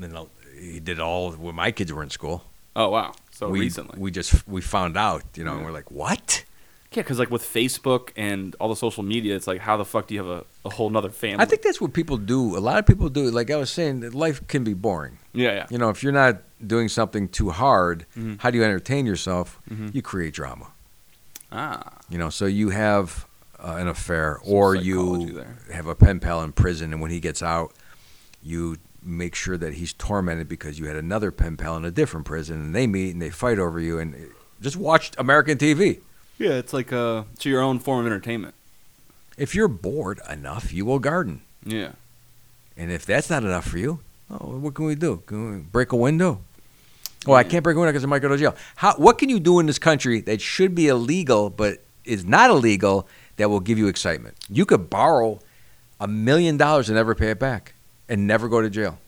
And I'll- he did all when my kids were in school.
Oh wow, so
we,
recently.
We just we found out, you know, and we're like, what?
yeah, because like with Facebook and all the social media, it's like how the fuck do you have a, a whole nother family?
I think that's what people do. A lot of people do. Like I was saying, that life can be boring.
Yeah, yeah.
You know, if you're not doing something too hard,
Mm-hmm.
how do you entertain yourself? You create drama.
Ah,
You know, so you have uh, an affair, or
psychology
you
there.
have a pen pal in prison, and when he gets out, you make sure that he's tormented because you had another pen pal in a different prison, and they meet and they fight over you. And uh, just watch American TV.
yeah. It's like uh, to your own form of entertainment.
If you're bored enough, you will garden.
Yeah.
And if that's not enough for you, oh, what can we do? Can we break a window? Oh, I can't break a window because I might go to jail. How, what can you do in this country that should be illegal but is not illegal that will give you excitement? You could borrow a million dollars and never pay it back and never go to jail.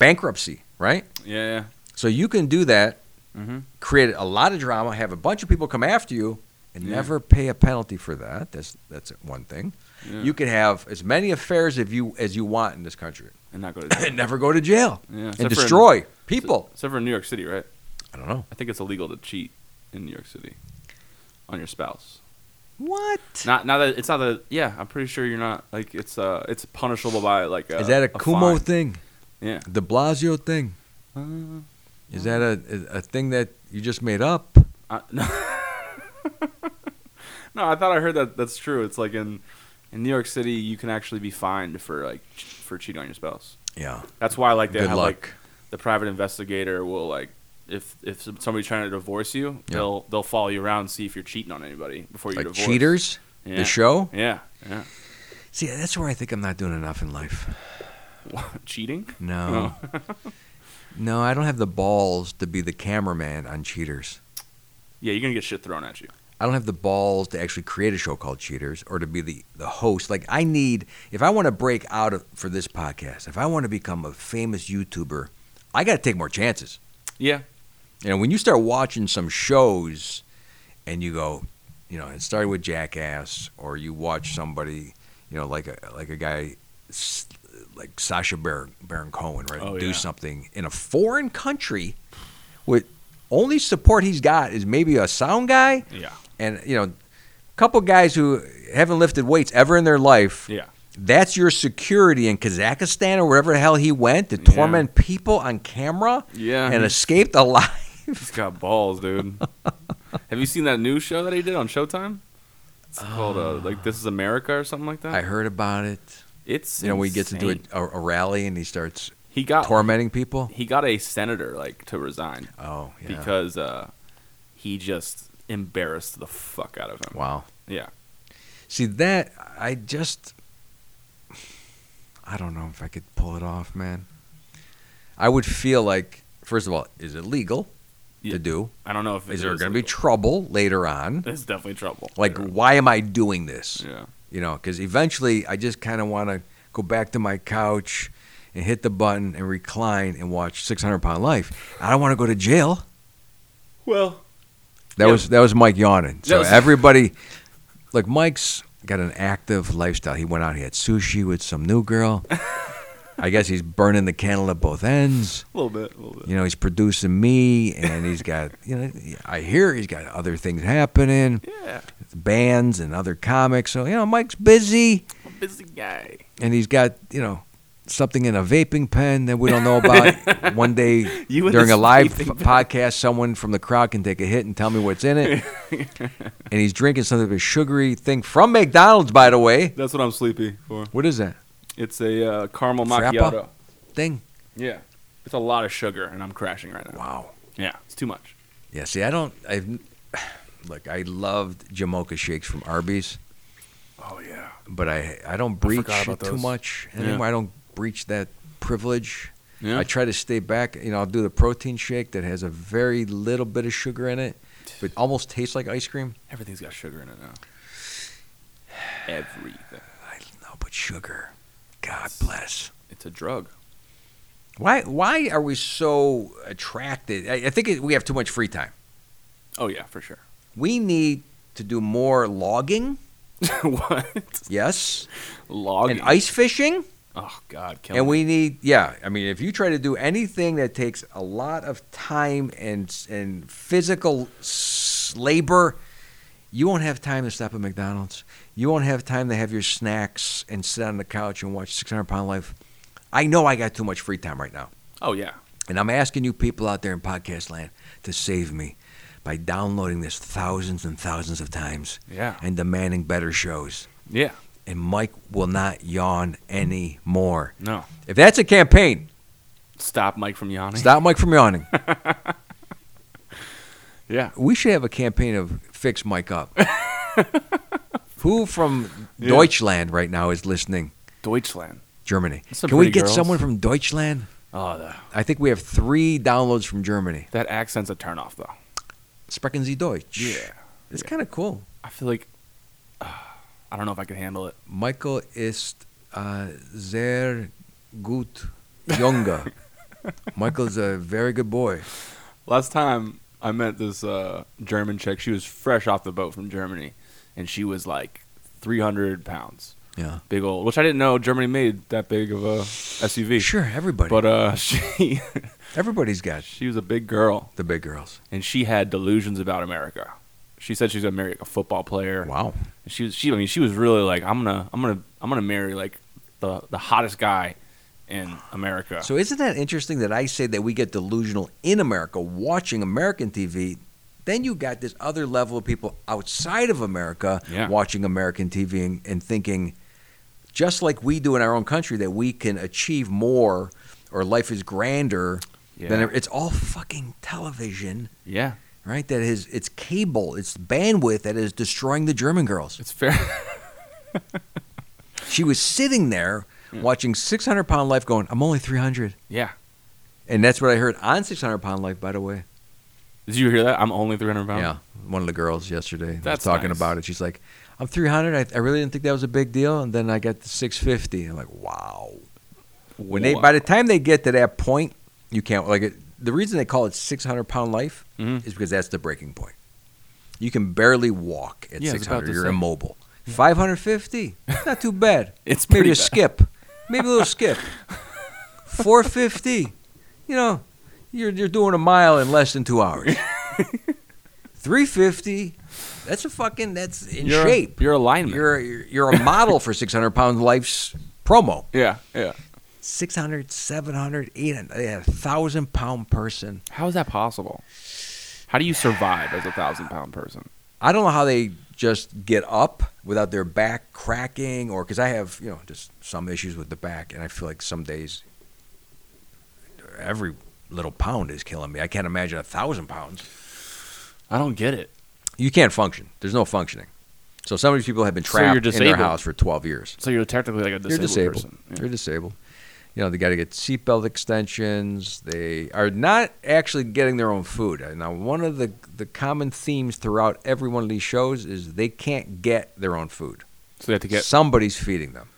Bankruptcy, right?
Yeah,
So you can do that,
yeah. hmm
create a lot of drama, have a bunch of people come after you, and
Yeah.
never pay a penalty for that. That's that's one thing.
Yeah.
You can have as many affairs if you as you want in this country
and not go to jail.
and never go to jail
Yeah, except for in-
and destroy people.
Except for in New York City, right?
I don't know
I think it's illegal to cheat in New York City on your spouse.
what
Not not that it's not that yeah, I'm pretty sure you're not like it's uh it's punishable by like a,
is that uh, a, Kumo
fine.
thing,
Yeah.
De Blasio thing?
Uh,
Is that a a thing that you just made up?
I, no. no, I thought I heard that that's true. It's like in in New York City you can actually be fined for like ch- for cheating on your spouse.
Yeah.
That's why like they
Good
have
luck.
like the private investigator will like if if somebody's trying to divorce you, they'll they'll follow you around and see if you're cheating on anybody before you
Like
divorce.
cheaters,
Yeah.
the show.
Yeah. Yeah.
See, that's where I think I'm not doing enough in life.
What, cheating?
No, no, I don't have the balls to be the cameraman on Cheaters.
Yeah, you're gonna get shit thrown at you.
I don't have the balls to actually create a show called Cheaters or to be the, the host. Like I need if I want to break out of, for this podcast, if I want to become a famous YouTuber, I got to take more chances.
Yeah.
You know, when you start watching some shows and you go, you know, it started with Jackass, or you watch somebody, you know, like a like a guy s- like Sasha Baron, Baron Cohen, right,
Oh,
do
yeah.
something in a foreign country with only support he's got is maybe a sound guy
Yeah.
and you know, a couple guys who haven't lifted weights ever in their life.
Yeah.
That's your security in Kazakhstan or wherever the hell he went to
Yeah.
torment people on camera
Yeah.
and escaped alive.
He's got balls, dude. Have you seen that new show that he did on Showtime? It's called uh, like This Is America or something like that.
Oh. I heard about it.
it's
You know, when he gets into
insane.
a, a, a rally and he starts
He got
tormenting people.
he got a senator like to resign
Oh, yeah.
because uh, he just embarrassed the fuck out of him.
wow.
Yeah.
See that I just I don't know if I could pull it off, man. I would feel like first of all, is it legal
Yeah.
to do?
I don't know if
Is
it
there going to be
legal.
trouble later on?
There's definitely trouble.
Like,
There-
why am I doing this?
yeah.
You know, because eventually I just kind of want to go back to my couch and hit the button and recline and watch 600 Pound Life. I don't want to go to jail.
Well,
That
Yeah.
was that was Mike yawning. So
was-
everybody, like Mike's got an active lifestyle. He went out. He had sushi with some new girl. I guess he's burning the candle at both ends.
A little bit, a little bit.
You know, he's producing me, and he's got you know. I hear he's got other things happening,
Yeah,
bands and other comics. So you know, Mike's busy,
I'm a busy guy.
and he's got you know something in a vaping pen that we don't know about. One day
You and
during
this
a live
vaping
f-
pen.
podcast, someone from the crowd can take a hit and tell me what's in it. and he's drinking something of a sugary thing from McDonald's, by the way.
That's what I'm sleepy for.
What is that
It's a uh, caramel
Frappa?
macchiato.
thing?
Yeah, it's a lot of sugar, and I'm crashing right now.
Wow.
Yeah, it's too much.
Yeah, see, I don't. I look. I loved Jamocha shakes from Arby's,
Oh yeah.
but I I don't breach
forgot about
too
those.
much
Yeah.
anymore. I don't breach that privilege.
Yeah.
I try to stay back. You know, I'll do the protein shake that has a very little bit of sugar in it, but almost tastes like ice cream.
Everything's got sugar in it now. Everything.
I don't know, but sugar. God bless.
It's a drug.
Why why are we so attracted? I, I think it, we have too much free time.
Oh yeah, for sure.
We need to do more logging.
what?
Yes,
Logging.
and ice fishing.
oh God, kill
and
me.
we need yeah i mean if you try to do anything that takes a lot of time and and physical s- labor you won't have time to stop at mcdonald's you won't have time to have your snacks and sit on the couch and watch 600 pound life i know i got too much free time right now
Oh yeah.
and i'm asking you people out there in podcast land to save me by downloading this thousands and thousands of times
Yeah.
and demanding better shows
Yeah.
and mike will not yawn anymore
No.
if that's a campaign
Stop Mike from yawning.
Stop Mike from yawning.
Yeah.
We should have a campaign of fix Mike up. Who from
Yeah.
Deutschland right now is listening?
Deutschland.
Germany.
Some
Can we
pretty
get
girls.
someone from Deutschland?
Oh, the,
I think we have three downloads from Germany.
that accent's a turnoff though.
Sprechen Sie Deutsch. It's kind of cool.
I feel like uh, I don't know if I could handle it.
Michael ist uh, sehr gut Younger. Michael's a very good boy.
Last time I met this uh, German chick, she was fresh off the boat from Germany, and she was like 300 pounds,
Yeah.
big old. Which I didn't know Germany made that big of a SUV.
Sure, everybody.
But uh, she
Everybody's got
she was a big girl,
the big girls.
and she had delusions about America. She said she's gonna marry like, a football player.
Wow.
She was she. I mean, she was really like, I'm gonna I'm gonna I'm gonna marry like the the hottest guy in America.
So isn't that interesting that I say that we get delusional in America watching American TV? Then you got this other level of people outside of America
Yeah.
watching American TV and, and thinking, just like we do in our own country, that we can achieve more or life is grander.
Yeah.
Than, it's all fucking television,
yeah,
right? That is, it's cable, it's bandwidth that is destroying the German girls.
it's fair.
She was sitting there
Hmm.
watching 600 pound life going, I'm only 300.
yeah.
And that's what I heard on 600 pound life, by the way.
Did you hear that? I'm only 300 pounds.
Yeah, one of the girls yesterday
That's
was talking
nice.
about it. She's like, "I'm 300. I, I really didn't think that was a big deal, and then I got to 650. I'm like, wow. When they by the time they get to that point, you can't like it, the reason they call it 600 pound life
Mhm.
is because that's the breaking point. You can barely walk at
Yeah, I was about
600.
to
You're
say.
immobile. 550, not too bad.
It's
maybe
pretty
a
bad.
skip, maybe a little skip. 450, you know, you're you're doing a mile in less than two hours. 350, that's a fucking that's in
You're-
shape.
You're alignment.
You're, you're you're a model for 600 pound life's promo.
yeah, yeah.
600, 700, 800, yeah, 1,000 pound person.
How is that possible? How do you survive as a thousand pound person?
I don't know how they just get up without their back cracking or because I have, you know, just some issues with the back. And I feel like some days every little pound is killing me. I can't imagine a 1,000 pounds.
I don't get it.
You can't function, there's no functioning. So some of these people have been
So you're
trapped in their
disabled.
house for 12 years.
So you're technically like a
You're
disabled,
disabled.
person.
You're disabled. You know, they got to get seatbelt extensions. They are not actually getting their own food. Uh, Now, one of the the common themes throughout every one of these shows is they can't get their own food.
So they have to get
Somebody's feeding them.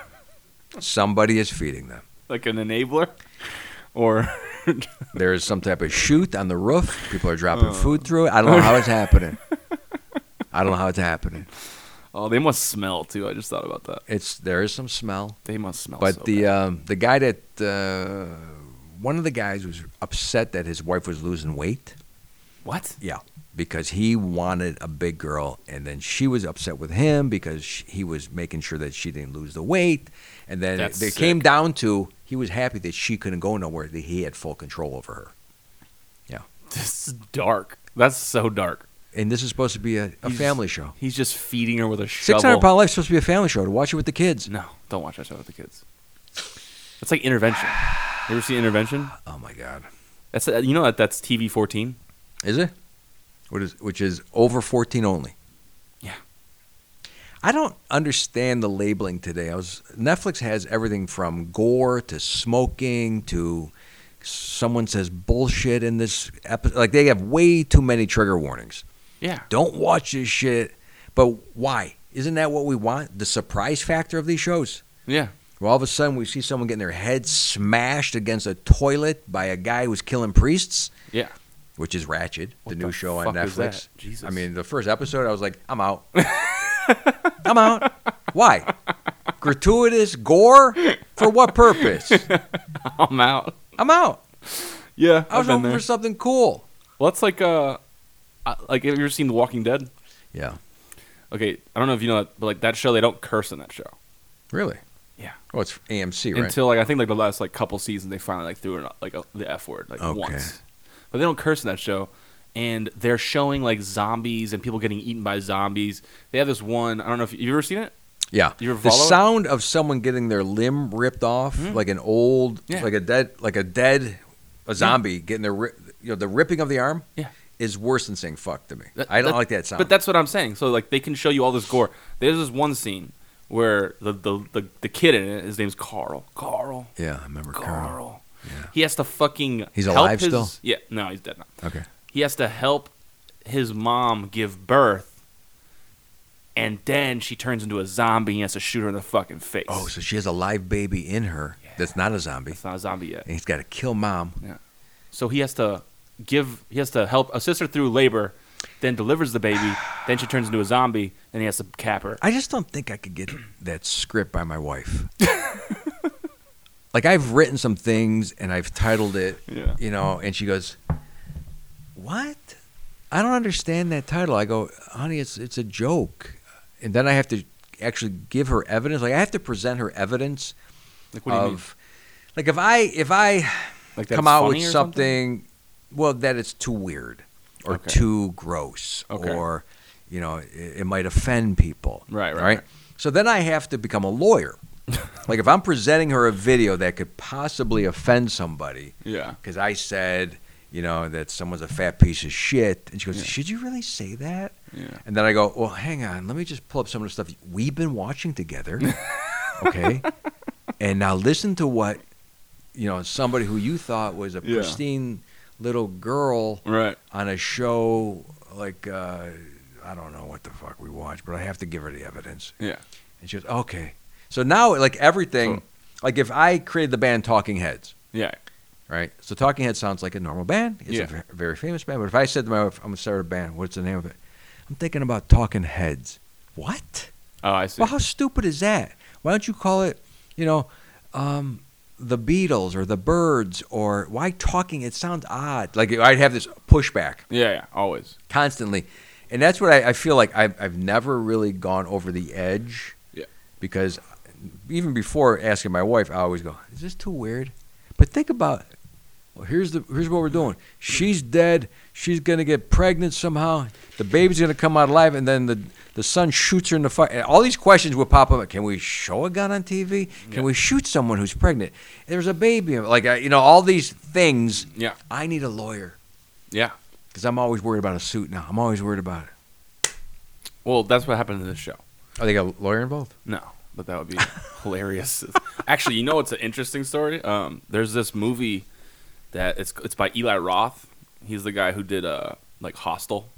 Somebody is feeding them.
like an enabler, or
There is some type of chute on the roof.
Oh.
People are dropping food through it. I don't know how it's happening. I don't know how it's happening.
Oh, they must smell too. I just thought about that.
It's there is some smell.
They must smell.
But
so
the
bad.
um, the guy that uh, one of the guys was upset that his wife was losing weight.
what?
Yeah, because he wanted a big girl, and then she was upset with him because sh he was making sure that she didn't lose the weight, and then
That's
they
sick.
came down to he was happy that she couldn't go nowhere that he had full control over her.
This is dark. That's so dark.
And this is supposed to be a, a
He's-
family show.
He's just feeding her with a shovel. Mm.
Six Hundred Pound Life is supposed to be a family show to watch it with the kids.
No, don't watch that show with the kids. It's like intervention. You ever see intervention?
Oh my God,
That's uh, you know that that's TV fourteen.
is it? What is which is over fourteen only.
Yeah.
I don't understand the labeling today. I was Netflix has everything from gore to smoking to someone says bullshit in this episode. Like they have way too many trigger warnings.
Yeah.
Don't watch this shit. But why? Isn't that what we want? The surprise factor of these shows.
Yeah.
Where all of a sudden we see someone getting their head smashed against a toilet by a guy who's killing priests,
Yeah.
which is Ratchet,
What
the new
the
show on
fuck
Netflix.
is that? Jesus.
I mean, the first episode, I was like, I'm out. I'm out. Why? Gratuitous gore? For what purpose?
I'm out.
I'm out.
Yeah.
I
I've
was
been
hoping
there.
for something cool.
Well, that's like uh, I- like have you ever seen The Walking Dead?
Yeah.
Okay, I don't know if you know that, but like that show, they don't curse in that show
Really?
Yeah.
Oh, it's AMC, right?
until like I think like the last like couple seasons, they finally like threw in like a, the f word like
Okay.
once, but they don't curse in that show. And they're showing like zombies and people getting eaten by zombies. They have this one. I don't know if you ever seen it.
yeah.
You're
the
following- Mm-hmm.
sound of someone getting their limb ripped off, like an old,
Yeah.
like a dead, like a dead, a zombie getting their, ri- you know, the ripping of the arm.
Yeah.
Is worse than saying fuck to me.
That-
I don't like that sound.
But that's what I'm saying. So like they can show you all this gore. There's this one scene where the the, the, the kid in it, his name's Carl. Carl.
yeah, I remember
Carl.
Carl.
He has to fucking.
He's
help
alive
his-
still?
Yeah. No, he's dead now.
Okay.
He has to help his mom give birth, and then she turns into a zombie. and He has to shoot her in the fucking face.
Oh, so she has a live baby in her that's not a zombie,
it's not a zombie yet.
and he's got to kill mom.
So he has to give. He has to help assist her through labor, then delivers the baby. then she turns into a zombie. Then he has to cap her.
I just don't think I could get that script by my wife. like I've written some things and I've titled it,
Yeah.
you know, and she goes, "What? I don't understand that title." I go, "Honey, it's it's a joke," and then I have to actually give her evidence. Like I have to present her evidence
Like what do you mean?
of, like if I if I
Like that
come
it's
out with
funny or
something, well, that it's too weird or
Okay.
too gross
Okay.
or, you know, it, it might offend people.
Right, right, right.
So then I have to become a lawyer. like if I'm presenting her a video that could possibly offend somebody
Yeah.
because I said, you know, that someone's a fat piece of shit, and she goes, "Should you really say that?"
Yeah.
And then I go, well, hang on. Let me just pull up some of the stuff we've been watching together. okay. And now listen to what, you know, somebody who you thought was a
Yeah.
pristine little girl
Right.
on a show like, uh, I don't know what the fuck we watched, but I have to give her the evidence.
Yeah.
And she goes, okay. So now, like, everything, like, if I created the band Talking Heads,
Yeah.
right? So Talking Heads sounds like a normal band. It's
Yeah.
a ver- very famous band. But if I said to my wife, I'm going to start a band, what's the name of it? I'm thinking about Talking Heads. What?
Oh, I see.
Well, how stupid is that? Why don't you call it, you know, um, the Beatles or the Birds or why Talking? It sounds odd. Like I'd have this pushback
Yeah. Yeah. Always.
constantly. And that's what I, I feel like I've, I've never really gone over the edge.
Yeah.
Because even before asking my wife, I always go, "Is this too weird?" But think about, well, here's the here's what we're doing. She's dead. She's gonna get pregnant somehow. The baby's gonna come out alive, and then the the son shoots her in the fuck. And all these questions would pop up. Can we show a gun on TV?
Yeah.
Can we shoot someone who's pregnant? There's a baby. Like I- you know, all these things.
Yeah.
I need a lawyer.
Yeah.
Because I'm always worried about a suit now. I'm always worried about it.
Well, that's what happened in this show.
Oh, they got a lawyer involved?
No, but that would be hilarious. Actually, you know what's an interesting story? Um, there's this movie that it's it's by Eli Roth. He's the guy who did uh like Hostel,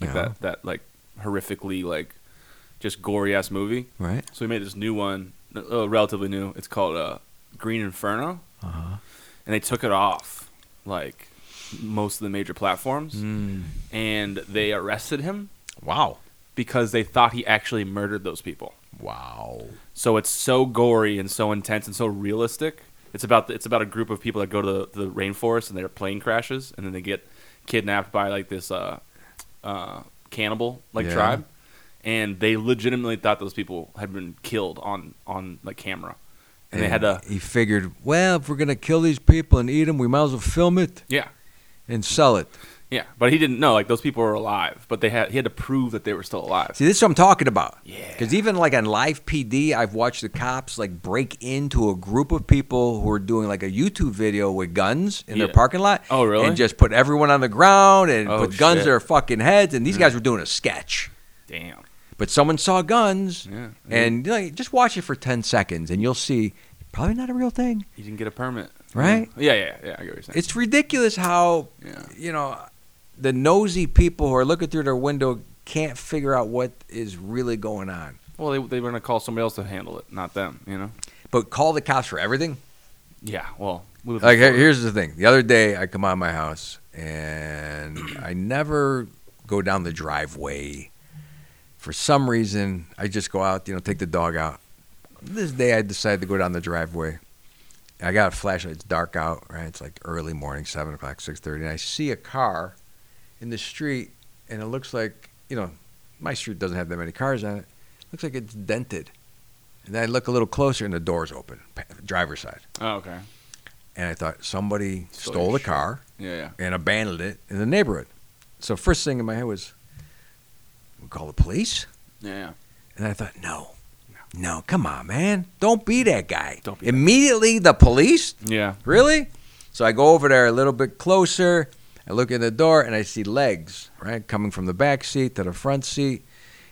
like
Yeah.
that that like horrifically like just gory ass movie.
Right.
So he made this new one, uh, relatively new. It's called uh, Green Inferno,
Uh-huh.
and they took it off like
Mm.
Hmm. most of the major platforms, and they arrested him
Wow.
because they thought he actually murdered those people.
Wow.
So it's so gory and so intense and so realistic. It's about it's about a group of people that go to the, the rainforest and their plane crashes and then they get kidnapped by like this uh, uh, cannibal like
Yeah.
tribe, and they legitimately thought those people had been killed on on like camera, and, they had to
He figured, well, if we're gonna kill these people and eat them, we might as well film it
yeah
and sell it.
yeah. But he didn't know like those people were alive, but they had he had to prove that they were still alive.
See, this is what I'm talking about.
Yeah.
Because even like on live PD, I've watched the cops like break into a group of people who are doing like a YouTube video with guns in
Yeah.
their parking lot.
Oh, really?
And just put everyone on the ground and
Oh,
put guns
shit.
to their fucking heads. And these guys were doing a sketch.
Damn.
But someone saw guns.
Yeah.
And you know, just watch it for 10 seconds and you'll see probably not a real thing.
You didn't get a permit,
Right?
Yeah, yeah, yeah. I get what you're saying.
It's ridiculous how,
Yeah.
you know, the nosy people who are looking through their window can't figure out what is really going on.
well, they they were gonna call somebody else to handle it, not them. You know.
But call the cops for everything?
Yeah. Well, we live in
Like, here-
Florida.
here's the thing. The other day, I come out of my house and I never go down the driveway. For some reason, I just go out, you know, take the dog out. This day, I decided to go down the driveway. I got a flashlight. It's dark out, right? It's like early morning, seven o'clock, six thirty, and I see a car in the street, and it looks like, you know, my street doesn't have that many cars on it. Looks like it's dented. And then I look a little closer, and the door's open, pa- driver's side
Oh, okay.
and I thought somebody
Stole
stole,
your
the
shit.
car
Yeah, yeah.
and abandoned it in the neighborhood. So first thing in my head was, we call the police.
Yeah, yeah.
And I thought, no, no, come on, man, don't be that guy.
Don't be that guy.
Immediately, the police,
Yeah.
really? So I go over there a little bit closer. I look in the door and I see legs, right, coming from the back seat to the front seat.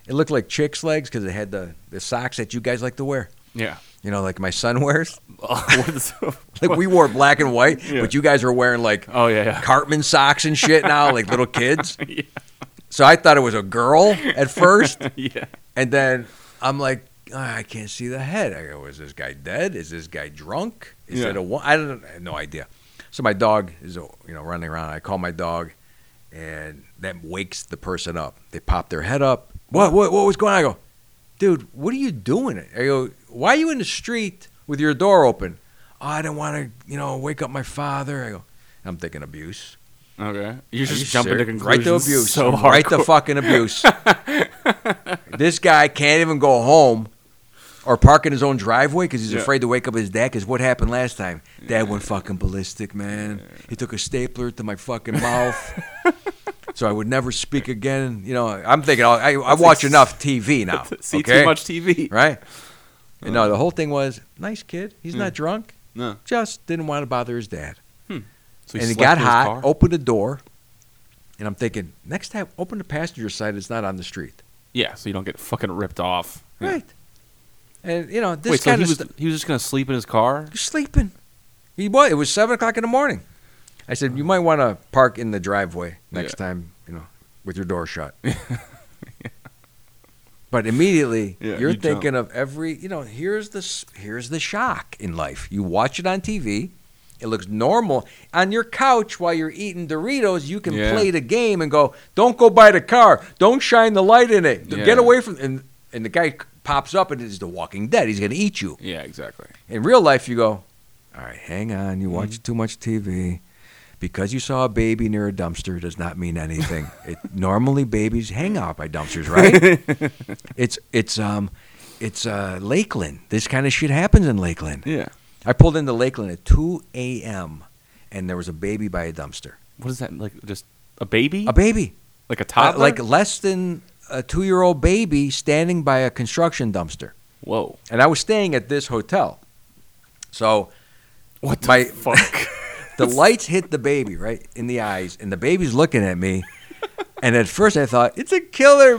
It looked like chicks' legs because it had the, the socks that you guys like to wear.
Yeah.
You know, like my son wears.
what is,
Like we wore black and white,
Yeah.
but you guys were wearing like
oh yeah, yeah.
Cartman socks and shit now, like little kids.
Yeah.
So I thought it was a girl at first,
yeah.
and then I'm like, "Ah, I can't see the head. I go, is this guy dead? Is this guy drunk? Is
Yeah.
it a wo- I don't I have no idea. So my dog is you know running around. I call my dog, and that wakes the person up. They pop their head up. What what what was going on? I go, dude, what are you doing? I go, why are you in the street with your door open? Oh, I don't want to you know wake up my father. I go, I'm thinking abuse.
Okay. You're
Are
just
you
jumping to
serious?
conclusions.
Right to abuse.
So hard.
right to fucking abuse. this guy can't even go home or park in his own driveway because he's
Yeah.
afraid to wake up his dad. Because what happened last time? Dad went fucking ballistic, man. He took a stapler to my fucking mouth. so I would never speak again. You know, I'm thinking, I, I watch
ex-
enough TV now.
See
okay?
too much TV.
Right? And no, the whole thing was nice kid. He's
Yeah.
not drunk.
Hmm. No.
Just didn't want to bother his dad
So
and it
slept
got
in his
hot.
car?
Opened the door, and I'm thinking, next time, open the passenger side. It's not on the street,
Yeah. So you don't get fucking ripped off. Yeah.
right? And you know, this
Wait. So
kind
he
of
was he was just gonna sleep in his car?
sleeping. He was. It was seven o'clock in the morning. I said, you might want to park in the driveway next
Yeah.
time, you know, with your door shut. But immediately
Yeah,
you're
you jump.
thinking of every, you know, here's the s- here's the shock in life. You watch it on TV, it looks normal. On your couch while you're eating Doritos, you can
Yeah.
play the game and go, "Don't go by the car. Don't shine the light in it. D-
Yeah.
Get away from." And and the guy c- pops up and it's the Walking Dead. He's gonna eat you.
Yeah. Exactly.
In real life, you go, "All right, hang on. You watch
Mm.
too much TV." Because you saw a baby near a dumpster does not mean anything. it, normally, babies hang out by dumpsters, right? It's it's um it's uh Lakeland. This kind of shit happens in Lakeland.
yeah.
I pulled into Lakeland at 2 a.m. and there was a baby by a dumpster.
What is that like? Just a baby?
A baby,
like a
Uh,
toddler?
like less than a two-year-old baby standing by a construction dumpster.
whoa.
And I was staying at this hotel, so
What the
my-
fuck?
the lights hit the baby right in the eyes, and the baby's looking at me. And at first, I thought it's a killer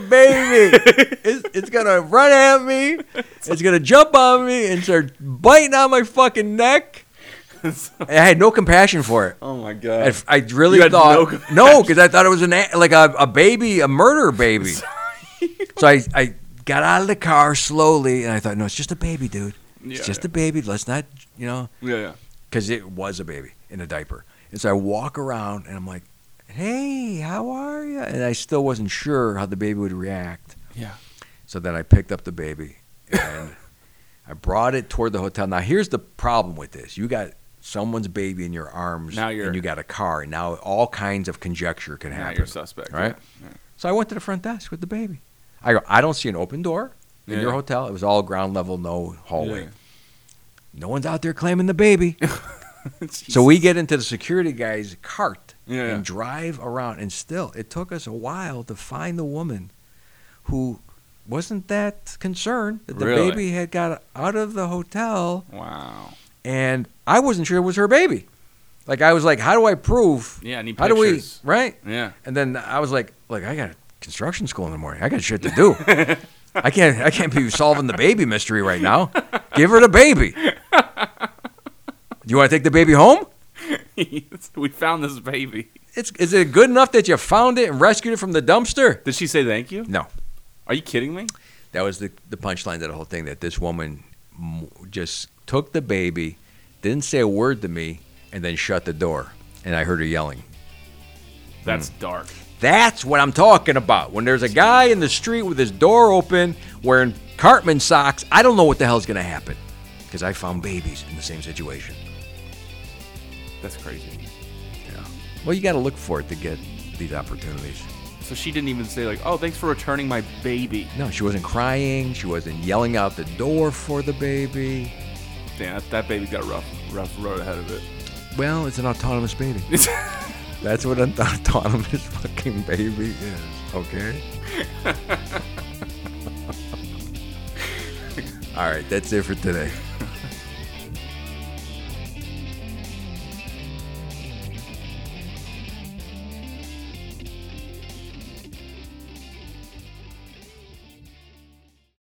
baby. it's, it's gonna run at me. It's gonna jump on me and start biting on my fucking neck. And I had no compassion for it.
oh my
I,
god.
I really
You had no
thought
compassion.
no, because I thought it was an a- like a, a baby, a murder baby. so I, I got out of the car slowly, and I thought, no, it's just a baby, dude.
Yeah,
It's just
yeah.
a baby. Let's not, you know
yeah. Yeah.
because it was a baby in a diaper. And so I walk around and I'm like, hey, how are you? And I still wasn't sure how the baby would react.
Yeah.
So then I picked up the baby and I brought it toward the hotel. Now here's the problem with this: you got someone's baby in your arms,
Now you're-
and you got a car, and now all kinds of conjecture can
Now
happen.
you're a suspect.
All right.
Yeah.
So I went to the front desk with the baby. I go, I don't see an open door in
Yeah.
your hotel. It was all ground level, no hallway.
Yeah.
No one's out there claiming the baby. so we get into the security guy's cart
Yeah, yeah.
and drive around. And still, it took us a while to find the woman who wasn't that concerned that the
Really?
baby had got out of the hotel.
Wow.
And I wasn't sure it was her baby. Like, I was like, how do I prove?
Yeah, I need
How
pictures.
do we, right?
Yeah.
And then I was like, like I got construction school in the morning. I got shit to do. I can't I can't be solving the baby mystery right now. Give her the baby. You want to take the baby home?
we found this baby.
It's is it good enough that you found it and rescued it from the dumpster?
Did she say thank you?
No.
Are you kidding me?
That was the the punchline to the whole thing that this woman m- just took the baby, didn't say a word to me, and then shut the door. And I heard her yelling.
That's dark.
That's what I'm talking about. When there's a guy in the street with his door open wearing Cartman socks, I don't know what the hell's going to happen because I found babies in the same situation.
That's crazy.
Well, you got to look for it to get these opportunities.
So she didn't even say like, "Oh, thanks for returning my baby."
No, she wasn't crying. She wasn't yelling out the door for the baby.
Damn, that, that baby's got a rough, rough road ahead of it.
Well, it's an autonomous baby. That's what an autonomous fucking baby is, okay? All right, that's it for today.